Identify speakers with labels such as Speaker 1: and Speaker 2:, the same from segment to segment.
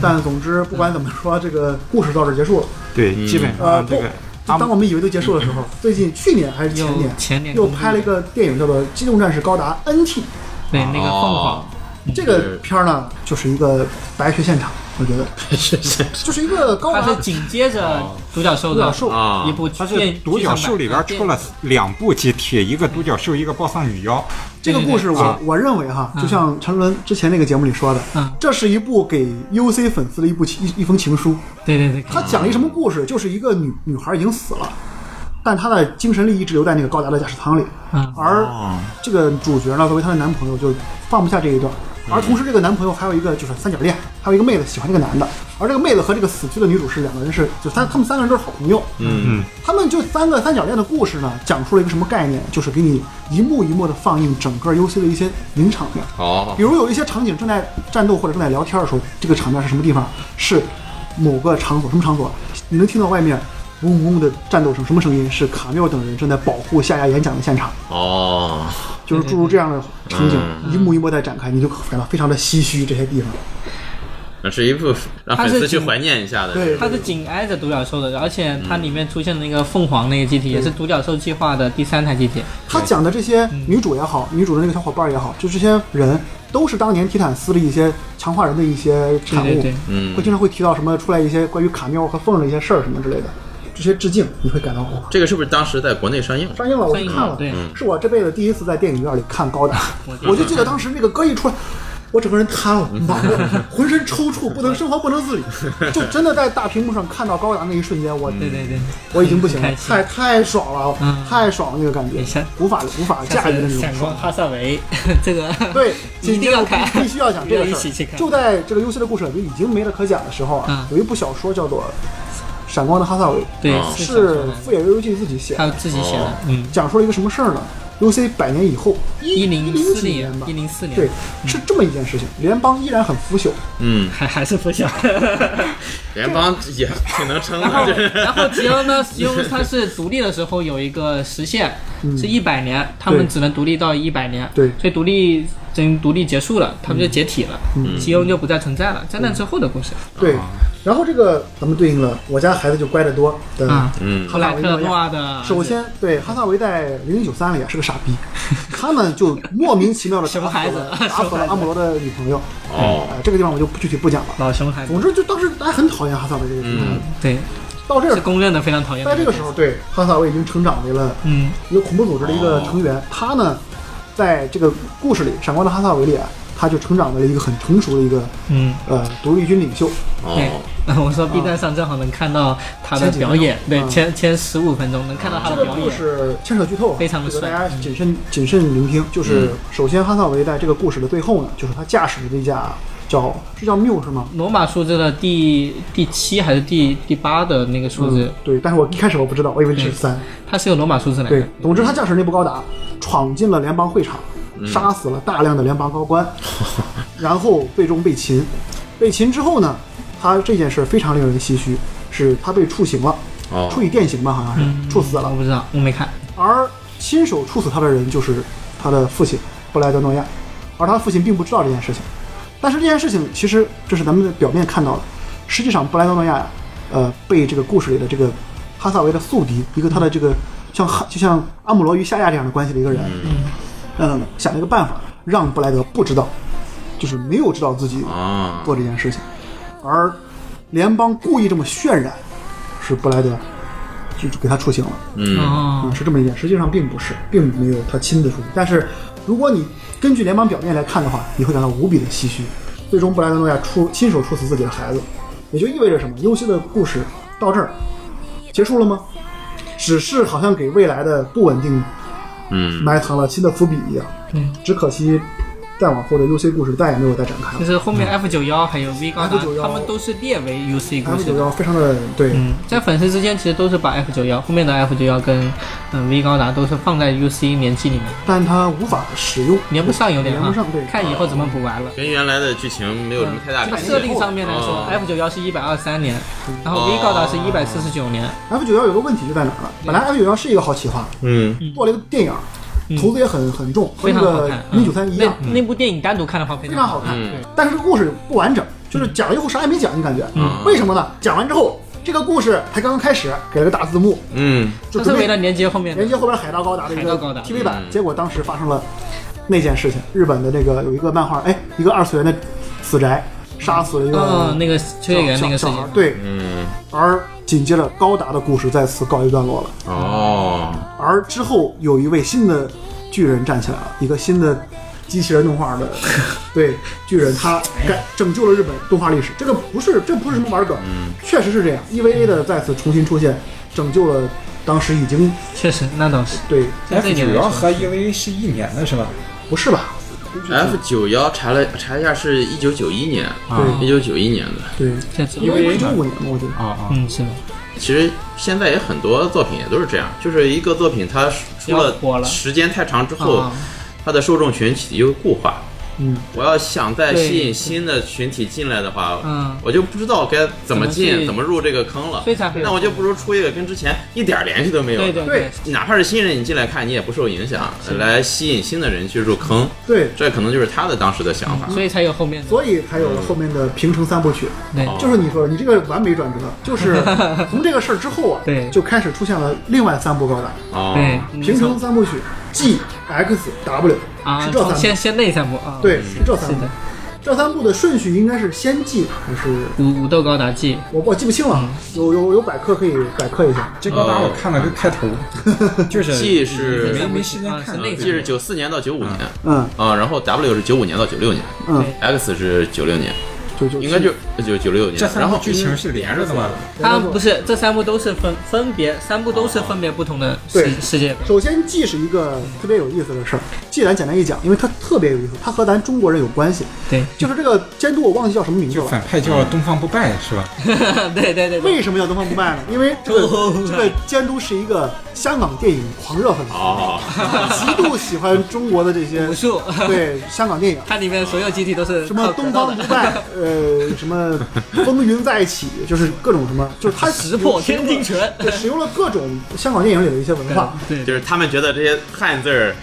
Speaker 1: 但总之不管怎么说，这个故事到这儿结束了。
Speaker 2: 对，
Speaker 3: 嗯
Speaker 2: 基本
Speaker 4: 啊
Speaker 1: 呃，
Speaker 2: 上
Speaker 1: 不
Speaker 2: 这个，
Speaker 1: 就当我们以为都结束的时候，最近去年还是前
Speaker 5: 又
Speaker 1: 年，
Speaker 5: 前年
Speaker 1: 又
Speaker 5: 公布
Speaker 1: 拍了一个电影叫做《机动战士高达 NT》。
Speaker 5: 对那个凤凰
Speaker 3: 哦，
Speaker 1: 这个片儿呢，就是一个白学现场，我觉得
Speaker 3: 是是
Speaker 1: 就是一个高
Speaker 5: 嗯它是
Speaker 1: 达。
Speaker 5: 紧接着独角兽
Speaker 1: 独角
Speaker 5: 的
Speaker 1: 兽
Speaker 3: 啊
Speaker 5: 一部
Speaker 2: 它
Speaker 5: 电
Speaker 2: 是
Speaker 5: 剧
Speaker 2: 独角
Speaker 5: 场
Speaker 2: 兽
Speaker 5: 版
Speaker 2: 里边出了两部机体，一个独角兽，一个暴丧女妖。
Speaker 1: 这个故事
Speaker 5: 对
Speaker 1: 我，
Speaker 5: 对对
Speaker 1: 我认为哈，就像陈伦之前那个节目里说的，
Speaker 5: 嗯
Speaker 1: 这是一部给 UC 粉丝的一部情一一封情书。
Speaker 5: 对对对，
Speaker 1: 他讲了一什么故事？就是一个女女孩已经死了，但她的精神力一直留在那个高达的驾驶舱里。
Speaker 5: 嗯
Speaker 1: 而这个主角呢，作为她的男朋友，就放不下这一段。
Speaker 3: 嗯
Speaker 1: 而同时，这个男朋友还有一个就是三角恋，还有一个妹子喜欢这个男的。而这个妹子和这个死去的女主是两个人是，就他他们三个人都是好朋友。
Speaker 3: 嗯
Speaker 1: 他们就三个三角恋的故事呢，讲述了一个什么概念？就是给你一幕一幕的放映整个 UC 的一些名场面。
Speaker 3: 哦
Speaker 1: 比如有一些场景正在战斗或者正在聊天的时候，这个场面是什么地方？是某个场所，什么场所？你能听到外面嗡嗡的战斗声，什么声音？是卡缪等人正在保护夏亚演讲的现
Speaker 5: 嗯
Speaker 1: 场，
Speaker 3: 哦，
Speaker 1: 就是诸如这样的场景，一幕一幕在展开，你就感到非常的唏嘘这些地方。
Speaker 3: 那是一部让粉丝去怀念一下的，
Speaker 1: 对，
Speaker 5: 它是紧挨着独角兽的，而且它
Speaker 3: 嗯
Speaker 5: 里面出现的那个凤凰那个机体，也是独角兽计划的第三台机体。
Speaker 1: 他讲的这些女主也好，女主的那个小伙伴也好，就这些人都是当年提坦斯的一些强化人的一些产物，
Speaker 5: 对对对
Speaker 3: 嗯
Speaker 1: 会经常会提到什么出来一些关于卡缪和凤儿的一些事儿什么之类的，这些致敬你会感到哇。
Speaker 3: 这个是不是当时在国内上映？
Speaker 1: 上映了，我去看了，
Speaker 5: 上映了
Speaker 1: 是我这辈子第一次在电影院里看高达，
Speaker 5: 我
Speaker 1: 我就记得当时那个歌一出来，我整个人瘫了，麻了，浑身抽搐，不能生活不能自理，就真的在大屏幕上看到高达那一瞬间，我
Speaker 5: 对对对，
Speaker 1: 我已经不行了
Speaker 5: 开，心
Speaker 1: 太太爽了，
Speaker 5: 嗯
Speaker 1: 太爽了那个感觉
Speaker 5: 没事，
Speaker 1: 无法无法驾驭的那种
Speaker 5: 闪光
Speaker 1: 爽。
Speaker 5: 哈萨维， 这个
Speaker 1: 对，
Speaker 5: 一定要看
Speaker 1: 今天我必必须要讲这个
Speaker 5: 要一
Speaker 1: 事
Speaker 5: 起去
Speaker 1: 儿。
Speaker 5: 看
Speaker 1: 就在这个 UC 的故事已经没了可讲的时候啊
Speaker 5: 嗯，
Speaker 1: 有一部小说叫做《闪光的哈萨维
Speaker 5: 对》，
Speaker 1: 哦是
Speaker 5: 富
Speaker 1: 富野由悠季自己写的
Speaker 5: 他。自己写的
Speaker 3: 哦，
Speaker 5: 嗯，
Speaker 1: 讲述了一个什么事儿呢？UC 百年以后，
Speaker 5: 一
Speaker 1: 零
Speaker 5: 零四
Speaker 1: 几年
Speaker 5: 年
Speaker 1: 吧，
Speaker 5: 一，零四年，
Speaker 1: 对，是这么一件事情。联邦依然很腐朽，
Speaker 3: 嗯，
Speaker 5: 还还是不小。
Speaker 3: 联邦也挺能撑的，就是
Speaker 5: 然后吉欧呢，吉欧它是独立的时候有一个时限，是一百年，他们
Speaker 1: 嗯对
Speaker 5: 只能独立到一百年。
Speaker 1: 对
Speaker 5: 所以独立等于独立结束了，他们就解体了，
Speaker 1: 嗯
Speaker 5: 吉欧就不再存在了。在那之后的故事，
Speaker 1: 对。然后这个咱们对应了我家孩子就乖得多的
Speaker 5: 嗯
Speaker 3: 嗯
Speaker 5: 布
Speaker 1: 哈萨
Speaker 5: 莱
Speaker 1: 维
Speaker 5: 特
Speaker 1: 诺
Speaker 5: 诺
Speaker 1: 亚。
Speaker 5: 瓦的，
Speaker 1: 首先，对哈萨维在《零零九三》里也啊是个傻 逼，他们就莫名其妙的
Speaker 5: 什么
Speaker 1: 打
Speaker 5: 孩
Speaker 1: 死
Speaker 5: 子
Speaker 1: 了
Speaker 5: 什
Speaker 1: 打
Speaker 5: 么
Speaker 1: 死了
Speaker 5: 孩子
Speaker 1: 阿姆罗的女朋友。
Speaker 3: 哦，
Speaker 1: 呃，这个地方我就不具体不讲了。
Speaker 5: 老熊孩子
Speaker 1: 总，之，就当时大家很讨厌哈萨维这个人。
Speaker 3: 嗯
Speaker 5: 对，
Speaker 1: 到这
Speaker 5: 是
Speaker 1: 儿，
Speaker 5: 公认的非常讨厌的。
Speaker 1: 在这个时候，对哈萨维已经成长为了
Speaker 5: 嗯，
Speaker 1: 一个恐怖组织的一
Speaker 5: 哦
Speaker 1: 个成员，他呢，在这个故事里，《闪光的哈萨维》里啊，他就成长为了一个很成熟的一个
Speaker 5: 嗯
Speaker 1: 呃独立军领袖。
Speaker 5: 对
Speaker 3: 哦，，
Speaker 5: 我说 B 站上正好能看到他的表演，
Speaker 1: 啊前几分
Speaker 5: 对
Speaker 1: 钟，
Speaker 5: 前前十五分钟能看到他
Speaker 1: 这
Speaker 5: 的
Speaker 1: 个
Speaker 5: 表
Speaker 1: 故
Speaker 5: 演，
Speaker 1: 事牵扯剧透啊，
Speaker 5: 非常地嗯
Speaker 1: 这个
Speaker 5: 帅
Speaker 1: 大家谨慎谨慎聆听。就是
Speaker 3: 嗯
Speaker 1: 首先，哈萨维在这个故事的最后呢，就是他驾驶的这架叫是叫缪是吗？
Speaker 5: 罗马数字的第第七还是第第八的那个数字，
Speaker 1: 对，但是我一开始我不知道，我以为是三。
Speaker 5: 它是有罗马数字来
Speaker 1: 对
Speaker 5: 的。，
Speaker 1: 总之他驾驶那部高达闯进了联邦会场，杀死了大量的联邦高官，然后最终被擒。被擒之后呢，他这件事非常令人唏嘘，是他被处刑了，处
Speaker 3: 哦，
Speaker 1: 以电刑吧，好像
Speaker 5: 嗯
Speaker 1: 是处死了
Speaker 5: 我。不知道，我没看。
Speaker 1: 而亲手处死他的人就是他的父亲布莱德诺亚，而他父亲并不知道这件事情。但是这件事情其实这是咱们的表面看到的，实际上布莱德诺亚，呃，被这个故事里的这个哈萨维的宿敌，一个他的这个像哈就像阿姆罗与夏亚这样的关系的一个人，嗯，想了一个办法让布莱德不知道，就是没有知道自己
Speaker 3: 啊，
Speaker 1: 做这件事情，而联邦故意这么渲染，是布莱德就就给他处刑了。
Speaker 3: 嗯，
Speaker 5: 哦
Speaker 1: 啊，，是这么一件，实际上并不是，并没有他亲自出去。但是如果你根据联邦表面来看的话，你会感到无比的唏嘘。最终，布莱德诺亚出亲手处死自己的孩子，也就意味着什么？优秀的故事到这儿结束了吗？只是好像给未来的不稳定
Speaker 3: 嗯，
Speaker 1: 埋藏了新的伏笔一样。
Speaker 5: 嗯，
Speaker 1: 只可惜，再往后的 UC 故事再也没有再展开
Speaker 5: 就
Speaker 1: 了。
Speaker 5: 是后面 F 九幺还有 V 高达，
Speaker 1: F91
Speaker 5: 他们都是列为 UC 故
Speaker 1: F
Speaker 5: 事
Speaker 1: 九
Speaker 5: 的。
Speaker 1: 幺非常的对，
Speaker 5: 嗯，在粉丝之间其实都是把 F 九幺后面的 F 九幺跟嗯 V 高达都是放在 UC 年纪里面，
Speaker 1: 但它无法使用，
Speaker 5: 连不上有点
Speaker 1: 连不
Speaker 5: 哈
Speaker 1: 上对，
Speaker 5: 看以后怎么补完了。
Speaker 3: 跟原来的剧情没有什么太大
Speaker 1: 嗯
Speaker 3: 联系
Speaker 5: 设定上面来说
Speaker 3: 哦
Speaker 5: ，F 九幺是一百二三年，然后 V 高达是一百四十九年，
Speaker 1: F 九幺有个问题就在哪儿了？本来 F 九幺是一个好企划，
Speaker 3: 嗯，
Speaker 1: 做了一个电影，投资也很很重，和
Speaker 5: 嗯非
Speaker 1: 那
Speaker 5: 常好
Speaker 1: 个
Speaker 5: 看。
Speaker 1: 零
Speaker 5: 嗯
Speaker 1: 九三一样，
Speaker 5: 那那部电影单独看的话非
Speaker 1: 非常
Speaker 5: 常嗯
Speaker 1: 好看
Speaker 3: 嗯。
Speaker 1: 但是这个故事不完整，就是讲了一会儿啥也没讲，你感觉，
Speaker 3: 嗯
Speaker 1: 为什么呢？讲完之后，这个故事才刚刚开始，给了个大字幕，
Speaker 3: 嗯，
Speaker 1: 就
Speaker 5: 它是
Speaker 1: 准备
Speaker 5: 为了连接后面
Speaker 1: 连
Speaker 5: 的
Speaker 1: 接后边海盗高达的一
Speaker 5: 海
Speaker 1: 个
Speaker 5: 盗高达
Speaker 1: TV 版，
Speaker 3: 嗯
Speaker 1: 结果当时发生了那件事情，日本的那个有一个漫画，哎，一个二次元的死宅杀死了一个
Speaker 5: 嗯那个秋叶原那个事
Speaker 1: 小小小
Speaker 5: 情
Speaker 1: 孩，，对，
Speaker 3: 嗯，
Speaker 1: 而紧接着高达的故事在此告一段落了。
Speaker 3: 哦，
Speaker 1: 而之后有一位新的巨人站起来了，一个新的机器人动画的对巨人，他改拯救了日本动画历史。这个不是这不是什么玩梗，确实是这样。EVA 的再次重新出现，拯救了当时已经
Speaker 5: 确实那倒是。
Speaker 1: 对
Speaker 5: 在这
Speaker 4: F
Speaker 5: 一点
Speaker 4: 九
Speaker 5: 来
Speaker 4: 幺
Speaker 5: 说，
Speaker 4: 和 EV 是一年的是吧？
Speaker 1: 不是吧？
Speaker 3: F 九幺查了查一下，是一九九一年，
Speaker 5: 啊
Speaker 3: 一九九一年的。
Speaker 1: 对，
Speaker 5: 这次
Speaker 1: 因为九五年嘛，我觉得。
Speaker 4: 啊啊，
Speaker 5: 嗯是的，
Speaker 3: 其实现在也很多作品也都是这样，就是一个作品它出
Speaker 5: 要火了
Speaker 3: 时间太长之后
Speaker 5: 啊，，
Speaker 3: 它的受众群体就固化。
Speaker 1: 嗯，
Speaker 3: 我要想再
Speaker 5: 对
Speaker 3: 吸引新的群体进来的话，
Speaker 5: 嗯
Speaker 3: 我就不知道该
Speaker 5: 怎
Speaker 3: 怎么
Speaker 5: 么
Speaker 3: 进、
Speaker 5: 去
Speaker 3: 怎么入这个坑了
Speaker 5: 所以才会。有
Speaker 3: 那我就不如出一个跟之前一点联系都没有
Speaker 5: 对
Speaker 3: 的。
Speaker 5: 对
Speaker 1: 对
Speaker 5: 对，
Speaker 3: 哪怕是新人，你进来看，你也不受影响，来吸引新的人去入坑，
Speaker 1: 对，
Speaker 3: 这可能就是他的当时的想法。
Speaker 5: 所以才有后面的
Speaker 1: 所以才有了后面的平成三部曲。
Speaker 5: 对
Speaker 3: 哦
Speaker 1: 就是你说的，你这个完美转折，就是从这个事儿之后啊，
Speaker 5: 对
Speaker 1: 就开始出现了另外三部高达，
Speaker 3: 哦，
Speaker 5: 嗯对，
Speaker 1: 平成三部曲 G X W
Speaker 5: 啊，
Speaker 1: 是这
Speaker 5: 从
Speaker 1: 三
Speaker 5: 先
Speaker 1: 部，
Speaker 5: 先那三部啊，
Speaker 1: 对，是这三
Speaker 5: 是
Speaker 1: 部
Speaker 5: 的。
Speaker 1: 这三部的顺序应该是先 G 还是
Speaker 5: 武武斗高达记，
Speaker 1: 我我记不清了，有有有百科可以百科一下。
Speaker 4: 这高达我看了个开 头，就是
Speaker 3: 既哦是
Speaker 4: 没没时间
Speaker 5: 啊
Speaker 4: 看
Speaker 5: 是。那
Speaker 3: 既是九四年到九五年
Speaker 1: 嗯
Speaker 3: 啊，然后 W 是九五年到九六年
Speaker 1: 嗯，
Speaker 3: ，X 是九六年，
Speaker 1: 就就
Speaker 3: 应该就就九六年
Speaker 4: 这。三
Speaker 3: 然
Speaker 4: 部
Speaker 3: 后
Speaker 4: 剧情是连着的吗？
Speaker 5: 它不是这三部都是分分别，三部都是分别不同的世
Speaker 1: 对
Speaker 5: 世界观。
Speaker 1: 首先，G 是一个特别有意思的事儿。既然简单一讲，因为它特别有意思，它和咱中国人有关系。
Speaker 5: 对
Speaker 1: 就是这个监督，我忘记叫什么名字
Speaker 4: 就
Speaker 1: 了。
Speaker 4: 反派叫东方不败是吧？
Speaker 5: 对对对对，
Speaker 1: 为什么叫东方不败呢？因为这个这个监督是一个香港电影狂热 粉丝，
Speaker 3: 哦，
Speaker 1: 极度喜欢中国的这些
Speaker 5: 武术，
Speaker 1: 对香港电影。
Speaker 5: 它里面所有基地都是
Speaker 1: 什么
Speaker 5: 靠格
Speaker 1: 东
Speaker 5: 斗
Speaker 1: 方
Speaker 5: 的
Speaker 1: 不败，呃，什么风云再起，就是各种什么，就是他
Speaker 5: 石破天惊拳，
Speaker 1: 对，使用了各种香港电影里的一些文化。
Speaker 5: 对
Speaker 3: 就
Speaker 5: 对
Speaker 3: 是他们觉得这些汉字儿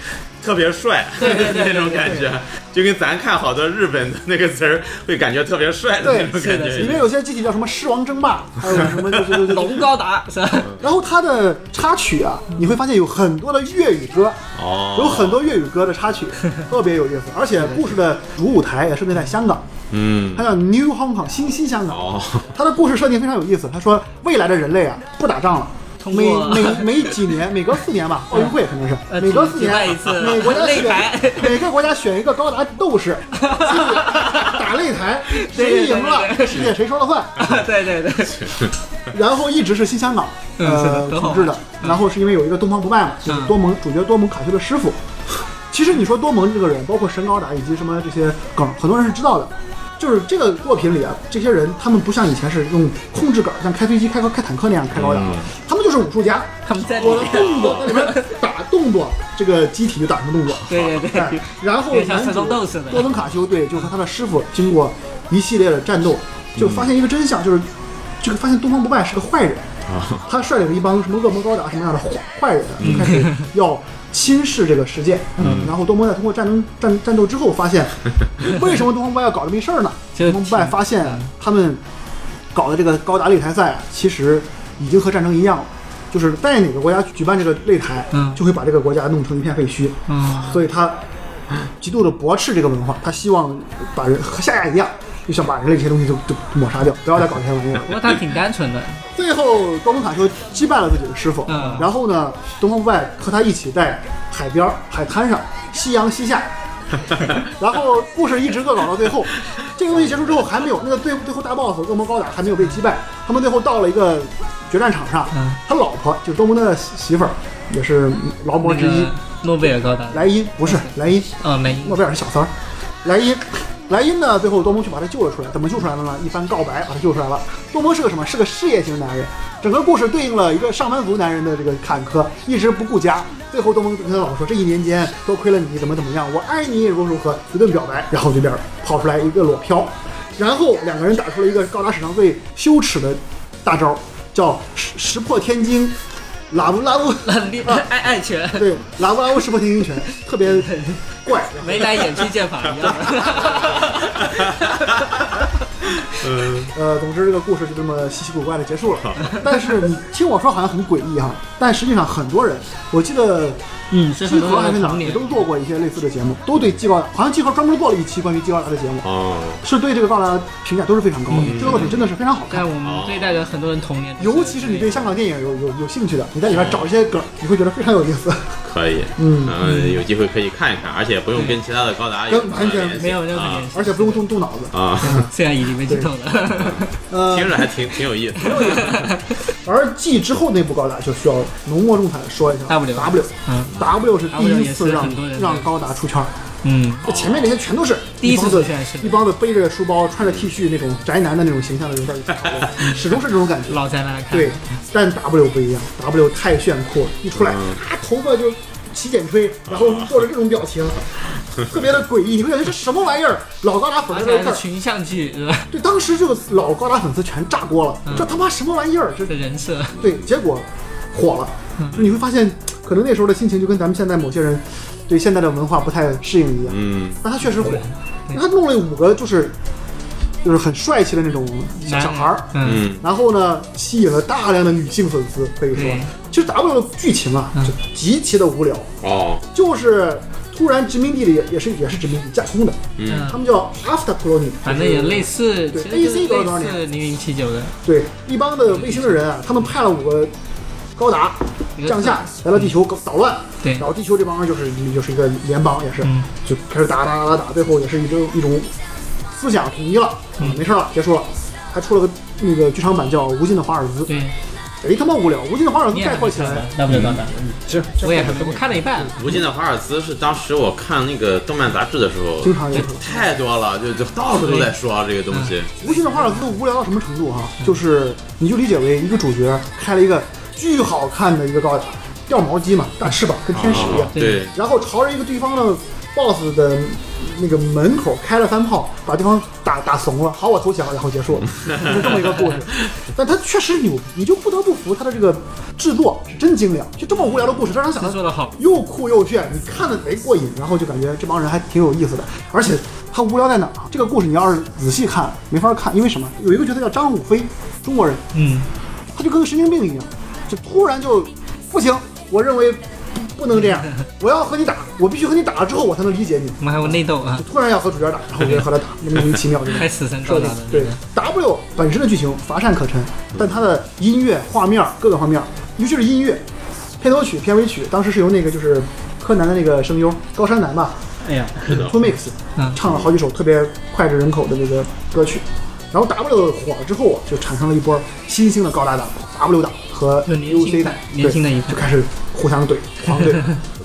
Speaker 3: 特别帅，
Speaker 5: 对对对对
Speaker 3: 那种感觉，就跟咱看好多日本的那个词儿会感觉特别帅的
Speaker 1: 对
Speaker 3: 那种感
Speaker 5: 是
Speaker 3: 觉
Speaker 1: 里
Speaker 3: 一
Speaker 1: 面
Speaker 3: 样。
Speaker 1: 有些集体叫什么狮王争霸，还有什么就是就是就是
Speaker 5: 龙高达是吧？
Speaker 1: 然后它的插曲啊，你会发现有很多的粤语歌，
Speaker 3: 哦，
Speaker 1: 有很多粤语歌的插曲，特别有意思。而且故事的主舞台也设定在香港，
Speaker 3: 嗯
Speaker 1: 它叫 New Hong Kong 新新香港。
Speaker 3: 哦
Speaker 1: 它的故事设定非常有意思。他说未来的人类啊，不打仗了。
Speaker 5: 通
Speaker 1: 每
Speaker 5: 过
Speaker 1: 每每几年，每隔四年吧，奥运会肯定
Speaker 5: 呃
Speaker 1: 是每隔四
Speaker 5: 举举办
Speaker 1: 年
Speaker 5: 一次，
Speaker 1: 每国家选
Speaker 5: 擂台
Speaker 1: 每个国家选一个高达斗 士，打擂台，谁
Speaker 5: 对对对
Speaker 1: 赢了
Speaker 5: 对，对
Speaker 1: 这世界谁说了算。
Speaker 5: 对对对，
Speaker 1: 然后一直是新香港
Speaker 5: 嗯是的
Speaker 1: 呃
Speaker 5: 很好嗯
Speaker 1: 统治的，然后是因为有一个东方不败嘛，就是多蒙主角多蒙卡修的师傅。其实你说多蒙这个人，包括神高达以及什么这些梗，很多人是知道的。就是这个作品里啊，这些人他们不像以前是用控制杆，像开飞机、开开坦克那样开高达，
Speaker 5: 嗯
Speaker 1: 他们就是武术家。
Speaker 5: 他们在里
Speaker 1: 我的
Speaker 5: 面，
Speaker 1: 动作在 里面打动作，这个机体就打什么动作。
Speaker 5: 对对
Speaker 1: 哎
Speaker 5: 对，
Speaker 1: 然后
Speaker 5: 有点像
Speaker 1: 男主
Speaker 5: 神龙斗士的
Speaker 1: 多蒙卡修对，就和他的师傅经过一系列的战斗，就
Speaker 5: 嗯
Speaker 1: 发现一个真相，就是这个发现东方不败是个坏人，
Speaker 5: 啊
Speaker 1: 他率领了一帮什么恶魔高达什么样的坏坏人，
Speaker 5: 嗯
Speaker 1: 就开始要侵蚀这个世界。然后多蒙在通过战争战战斗之后，发现为什么东方不败要搞这么一事儿呢？
Speaker 5: 就
Speaker 1: 东方不败发现他们搞的这个高达擂台赛，其实已经和战争一样了。就是在哪个国家举办这个擂台，
Speaker 5: 嗯
Speaker 1: 就会把这个国家弄成一片废墟。
Speaker 5: 嗯，
Speaker 1: 所以他极度的驳斥这个文化，他希望把人和夏亚一样，就想把人类这些东西就就抹杀掉，不要再搞这些玩意儿了。
Speaker 5: 不过他挺单纯的，
Speaker 1: 最后，高蒙卡修击败了自己的师傅，
Speaker 5: 嗯
Speaker 1: 然后呢，东方不败和他一起在海边儿、海滩上，夕阳西 下。然后故事一直恶搞到最后，这个东西结束之后还没有那个最最后大 boss 恶魔高达还没有被击败，他们最后到了一个决战场上，
Speaker 5: 嗯
Speaker 1: 他老婆就是多蒙的媳媳妇儿，也是劳模
Speaker 5: 那
Speaker 1: 之一
Speaker 5: 个，诺贝尔高达，
Speaker 1: 莱茵不是莱茵，
Speaker 5: 哦没，
Speaker 1: 诺贝尔是小三儿，莱茵，莱茵呢，最后多蒙去把他救了出来，怎么救出来的呢？一番告白把他救出来了。多蒙是个什么？是个事业型男人，整个故事对应了一个上班族男人的这个坎坷，一直不顾家。最后多蒙跟他老婆说，这一年间多亏了你，怎么怎么样，我爱你，如何如何，一顿表白，然后这边跑出来一个裸漂，然后两个人打出了一个高达史上最羞耻的大招，叫石石破天惊，拉布拉布。
Speaker 5: 爱爱犬，
Speaker 1: 对，拉布拉布石破天惊拳特别怪，
Speaker 5: 眉来眼去剑法一样的，嗯
Speaker 1: 呃，总之这个故事就这么稀奇古怪的结束了。 但是你听我说好像很诡异哈，但实际上很多人，我记得
Speaker 5: 嗯，是
Speaker 1: 集
Speaker 5: 很多
Speaker 1: 合还
Speaker 5: 人
Speaker 1: 是
Speaker 5: 的
Speaker 1: 哪
Speaker 5: 童
Speaker 1: 儿也
Speaker 5: 年
Speaker 1: 都。做过一些类似的节目，都对季高达，好像集合专门做了一期关于季高达的节目，
Speaker 2: 哦，
Speaker 1: 是对这个高达评价都是非常高
Speaker 5: 嗯
Speaker 1: 的。这个作品真的是非常好看哦
Speaker 5: 在，我们这一代的很多人童年，
Speaker 1: 尤其是你对香港电影有有有兴趣的，你在里面找一些梗，
Speaker 5: 嗯
Speaker 1: 你会觉得非常有意思。
Speaker 3: 可以，
Speaker 1: 嗯
Speaker 3: 嗯，有机会可以看一看，而且不用跟其他的高达有
Speaker 1: 跟完全
Speaker 5: 没有任何
Speaker 3: 啊
Speaker 5: 联系，
Speaker 1: 而且不用 动动脑子，
Speaker 3: 啊，
Speaker 5: 虽然已经被剧透了。
Speaker 1: 呃，
Speaker 3: 听着还挺挺有意思，
Speaker 1: 而 G 之后那部高达就需要浓墨重彩地说一下
Speaker 5: W
Speaker 1: W
Speaker 5: 嗯
Speaker 1: W 是第
Speaker 5: W
Speaker 1: 一
Speaker 5: 也
Speaker 1: 次
Speaker 5: 是
Speaker 1: 让
Speaker 5: 很多人的
Speaker 1: 让高达出圈儿，
Speaker 5: 嗯，
Speaker 1: 这前面那些全都是
Speaker 5: 第一次
Speaker 1: 帮子
Speaker 5: 出圈是
Speaker 1: 一帮子背着书包、穿着 T 恤那种宅男的那种形象的人在一起讨 论，始终是这种感觉。
Speaker 5: 老宅男看。
Speaker 1: 对，但 W 不一样，W 太炫酷了，一出来啊，头发就起剪吹，然后做着这种表情，特别的诡异，你会感觉这什么玩意儿？老高达粉
Speaker 5: 而
Speaker 1: 在
Speaker 5: 且
Speaker 1: 这
Speaker 5: 还是
Speaker 1: 看，
Speaker 5: 群像剧，呃是吧？
Speaker 1: 对，当时这个老高达粉丝全炸锅了，
Speaker 5: 嗯
Speaker 1: 这他妈什么玩意儿？这
Speaker 5: 的人设，
Speaker 1: 对，结果火了，
Speaker 5: 嗯
Speaker 1: 就你会发现，可能那时候的心情就跟咱们现在某些人对现在的文化不太适应一样。
Speaker 2: 嗯，
Speaker 1: 但他确实火，他弄了五个就是就是很帅气的那种小
Speaker 5: 男
Speaker 1: 小孩儿，
Speaker 5: 嗯，
Speaker 2: 嗯，
Speaker 1: 然后呢，吸引了大量的女性粉丝，可以说
Speaker 5: 对，
Speaker 1: 其实 W 的剧情啊，
Speaker 5: 嗯
Speaker 1: 就极其的无聊，
Speaker 2: 哦，
Speaker 1: 就是突然殖民地里也也是也是殖民地架空的，他
Speaker 5: 嗯，
Speaker 1: 们叫 After Colony，
Speaker 5: 反正也类似，其
Speaker 1: 对
Speaker 5: 实就是
Speaker 1: AC 多少多少
Speaker 5: 类似零零七九的，
Speaker 1: 对一帮的卫星的人啊，他们派了五个高达
Speaker 5: 一个
Speaker 1: 降下来到地球搞捣乱，
Speaker 5: 对
Speaker 1: 然后地球这帮人就是就是一个联邦，也是、
Speaker 5: 嗯
Speaker 1: 就开始打打打打打，最后也是一种一种思想统一了，啊
Speaker 5: 嗯
Speaker 1: 没事了，结束了。还出了个那个剧场版叫《无尽的华尔兹》，
Speaker 5: 对，
Speaker 1: 贼他妈无聊，《无尽的华尔兹
Speaker 5: 你》也
Speaker 1: 概
Speaker 5: 还
Speaker 1: 括
Speaker 5: 没
Speaker 1: 起
Speaker 5: 看
Speaker 1: 来
Speaker 5: 吧，那不就到哪？
Speaker 4: 这这
Speaker 5: 嗯我也还没，我看了一半，
Speaker 3: 无尽的华尔兹是当时我看那个动漫杂志的时候，
Speaker 1: 经常有
Speaker 3: 这太多了，就就到处都在说这个东西。
Speaker 1: 无尽的华尔兹都无聊到什么程度哈、
Speaker 5: 嗯
Speaker 1: 就是你就理解为一个主角开了一个巨好看的一个高达，掉毛机嘛，大翅膀跟
Speaker 5: 嗯
Speaker 1: 天使一样
Speaker 3: 啊，，对，
Speaker 1: 然后朝着一个对方的 BOSS 的那个门口开了三炮，把对方打打怂了，好，我投降，然后结束了，就是这么一个故事。但他确实牛，你就不得不服他的这个制作是真精良，就这么无聊的故事，让人想
Speaker 5: 制
Speaker 1: 到
Speaker 5: 作的好，
Speaker 1: 又酷又炫，你看的贼过瘾，然后就感觉这帮人还挺有意思的。而且他无聊在哪儿啊？这个故事你要是仔细看，没法看，因为什么？有一个角色叫张武飞，中国人，
Speaker 5: 嗯，
Speaker 1: 他就跟个神经病一样，就突然就不行，我认为不不能这样，我要和你打，我必须和你打了之后我才能理解你。
Speaker 5: 我们还有内斗啊
Speaker 1: 就，突然要和主角打，然后我就和他打，莫名其妙这
Speaker 5: 还
Speaker 1: 种
Speaker 5: 死神高
Speaker 1: 设
Speaker 5: 达
Speaker 1: 定
Speaker 5: 的，。
Speaker 1: 对 W 本身的剧情乏善可陈，但它的音乐、画面各个方面，尤其是音乐，片头曲、片尾曲，当时是由那个就是柯南的那个声优高山南吧，
Speaker 5: 哎呀，
Speaker 3: 是的
Speaker 1: t w o Mix
Speaker 5: 嗯
Speaker 1: 唱了好几首特别脍炙人口的这个歌曲。然后 W 火了之后啊，就产生了一波新兴的高达党 W 党和
Speaker 5: 就年轻
Speaker 1: UC
Speaker 5: 派
Speaker 1: 党，
Speaker 5: 年轻的一派
Speaker 1: 对就开始互相怼，狂 怼，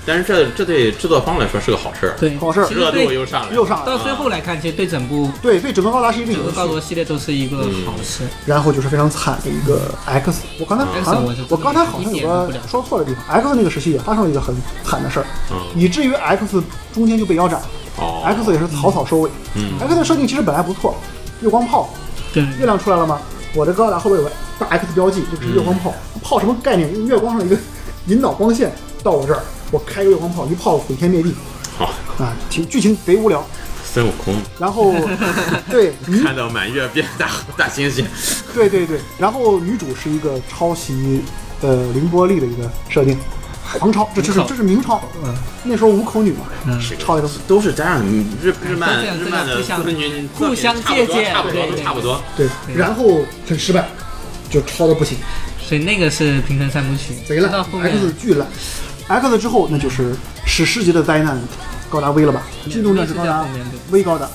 Speaker 3: 但是这这对制作方来说是个好事儿，
Speaker 5: 对，
Speaker 1: 好事儿嗯
Speaker 5: 其实
Speaker 3: 热度
Speaker 5: 对，
Speaker 3: 又上来了。
Speaker 1: 又上来
Speaker 5: 到
Speaker 1: 了。
Speaker 5: 最后来看，其实对整部
Speaker 1: 对，对整个高达是一个
Speaker 5: 整个
Speaker 1: 游
Speaker 5: 高
Speaker 1: 戏，
Speaker 5: 罗系列都是一个好事。
Speaker 1: 然后就是非常惨的一个 X。我刚才好
Speaker 5: 嗯 X
Speaker 1: 像
Speaker 5: 我是
Speaker 1: 我
Speaker 5: 不
Speaker 1: 刚才好像
Speaker 5: 一
Speaker 1: 有
Speaker 5: 点都不
Speaker 1: 个
Speaker 5: 了解
Speaker 1: 说错的地方，X 那个时期也发生了一个很惨的事儿，
Speaker 3: 嗯，
Speaker 1: 以至于 X 中间就被腰斩
Speaker 3: 哦，
Speaker 1: ，X 也是草草收尾。
Speaker 3: 嗯
Speaker 1: X 的设定其实本来不错，月光炮
Speaker 5: 对，
Speaker 1: 月亮出来了吗？我的高达后边有个大 X 标记，这个是月光炮。炮什么概念？用月光上的一个 引导光线到我这儿，我开个月光炮，一炮毁天灭地
Speaker 3: 好，
Speaker 1: 啊！挺剧情贼无聊。
Speaker 3: 孙悟空
Speaker 1: 然 后，对女
Speaker 3: 看到满月变大 大猩猩，
Speaker 1: 对对对，然后女主是一个抄袭呃凌波丽的一个设定，狂抄，这这是
Speaker 5: 无口
Speaker 1: 这是明嗯抄，
Speaker 5: 嗯
Speaker 1: 那时候无口女嘛，抄一个
Speaker 3: 都是这样，日日漫
Speaker 5: 都这样
Speaker 3: 日漫的
Speaker 5: 互相
Speaker 3: 作品
Speaker 5: 互相借鉴
Speaker 3: 差不多
Speaker 5: 对对
Speaker 3: 差不多，
Speaker 1: 对，然后很失败，就抄的不行，
Speaker 5: 所以那个是平成三部曲，
Speaker 1: 贼
Speaker 5: 到
Speaker 1: 烂
Speaker 5: 后面
Speaker 1: ，X 巨烂，X 之后那就是史诗级的灾难，高达 V 了吧？机动战士高
Speaker 5: 在
Speaker 1: 达
Speaker 5: 后面对
Speaker 1: V 高达，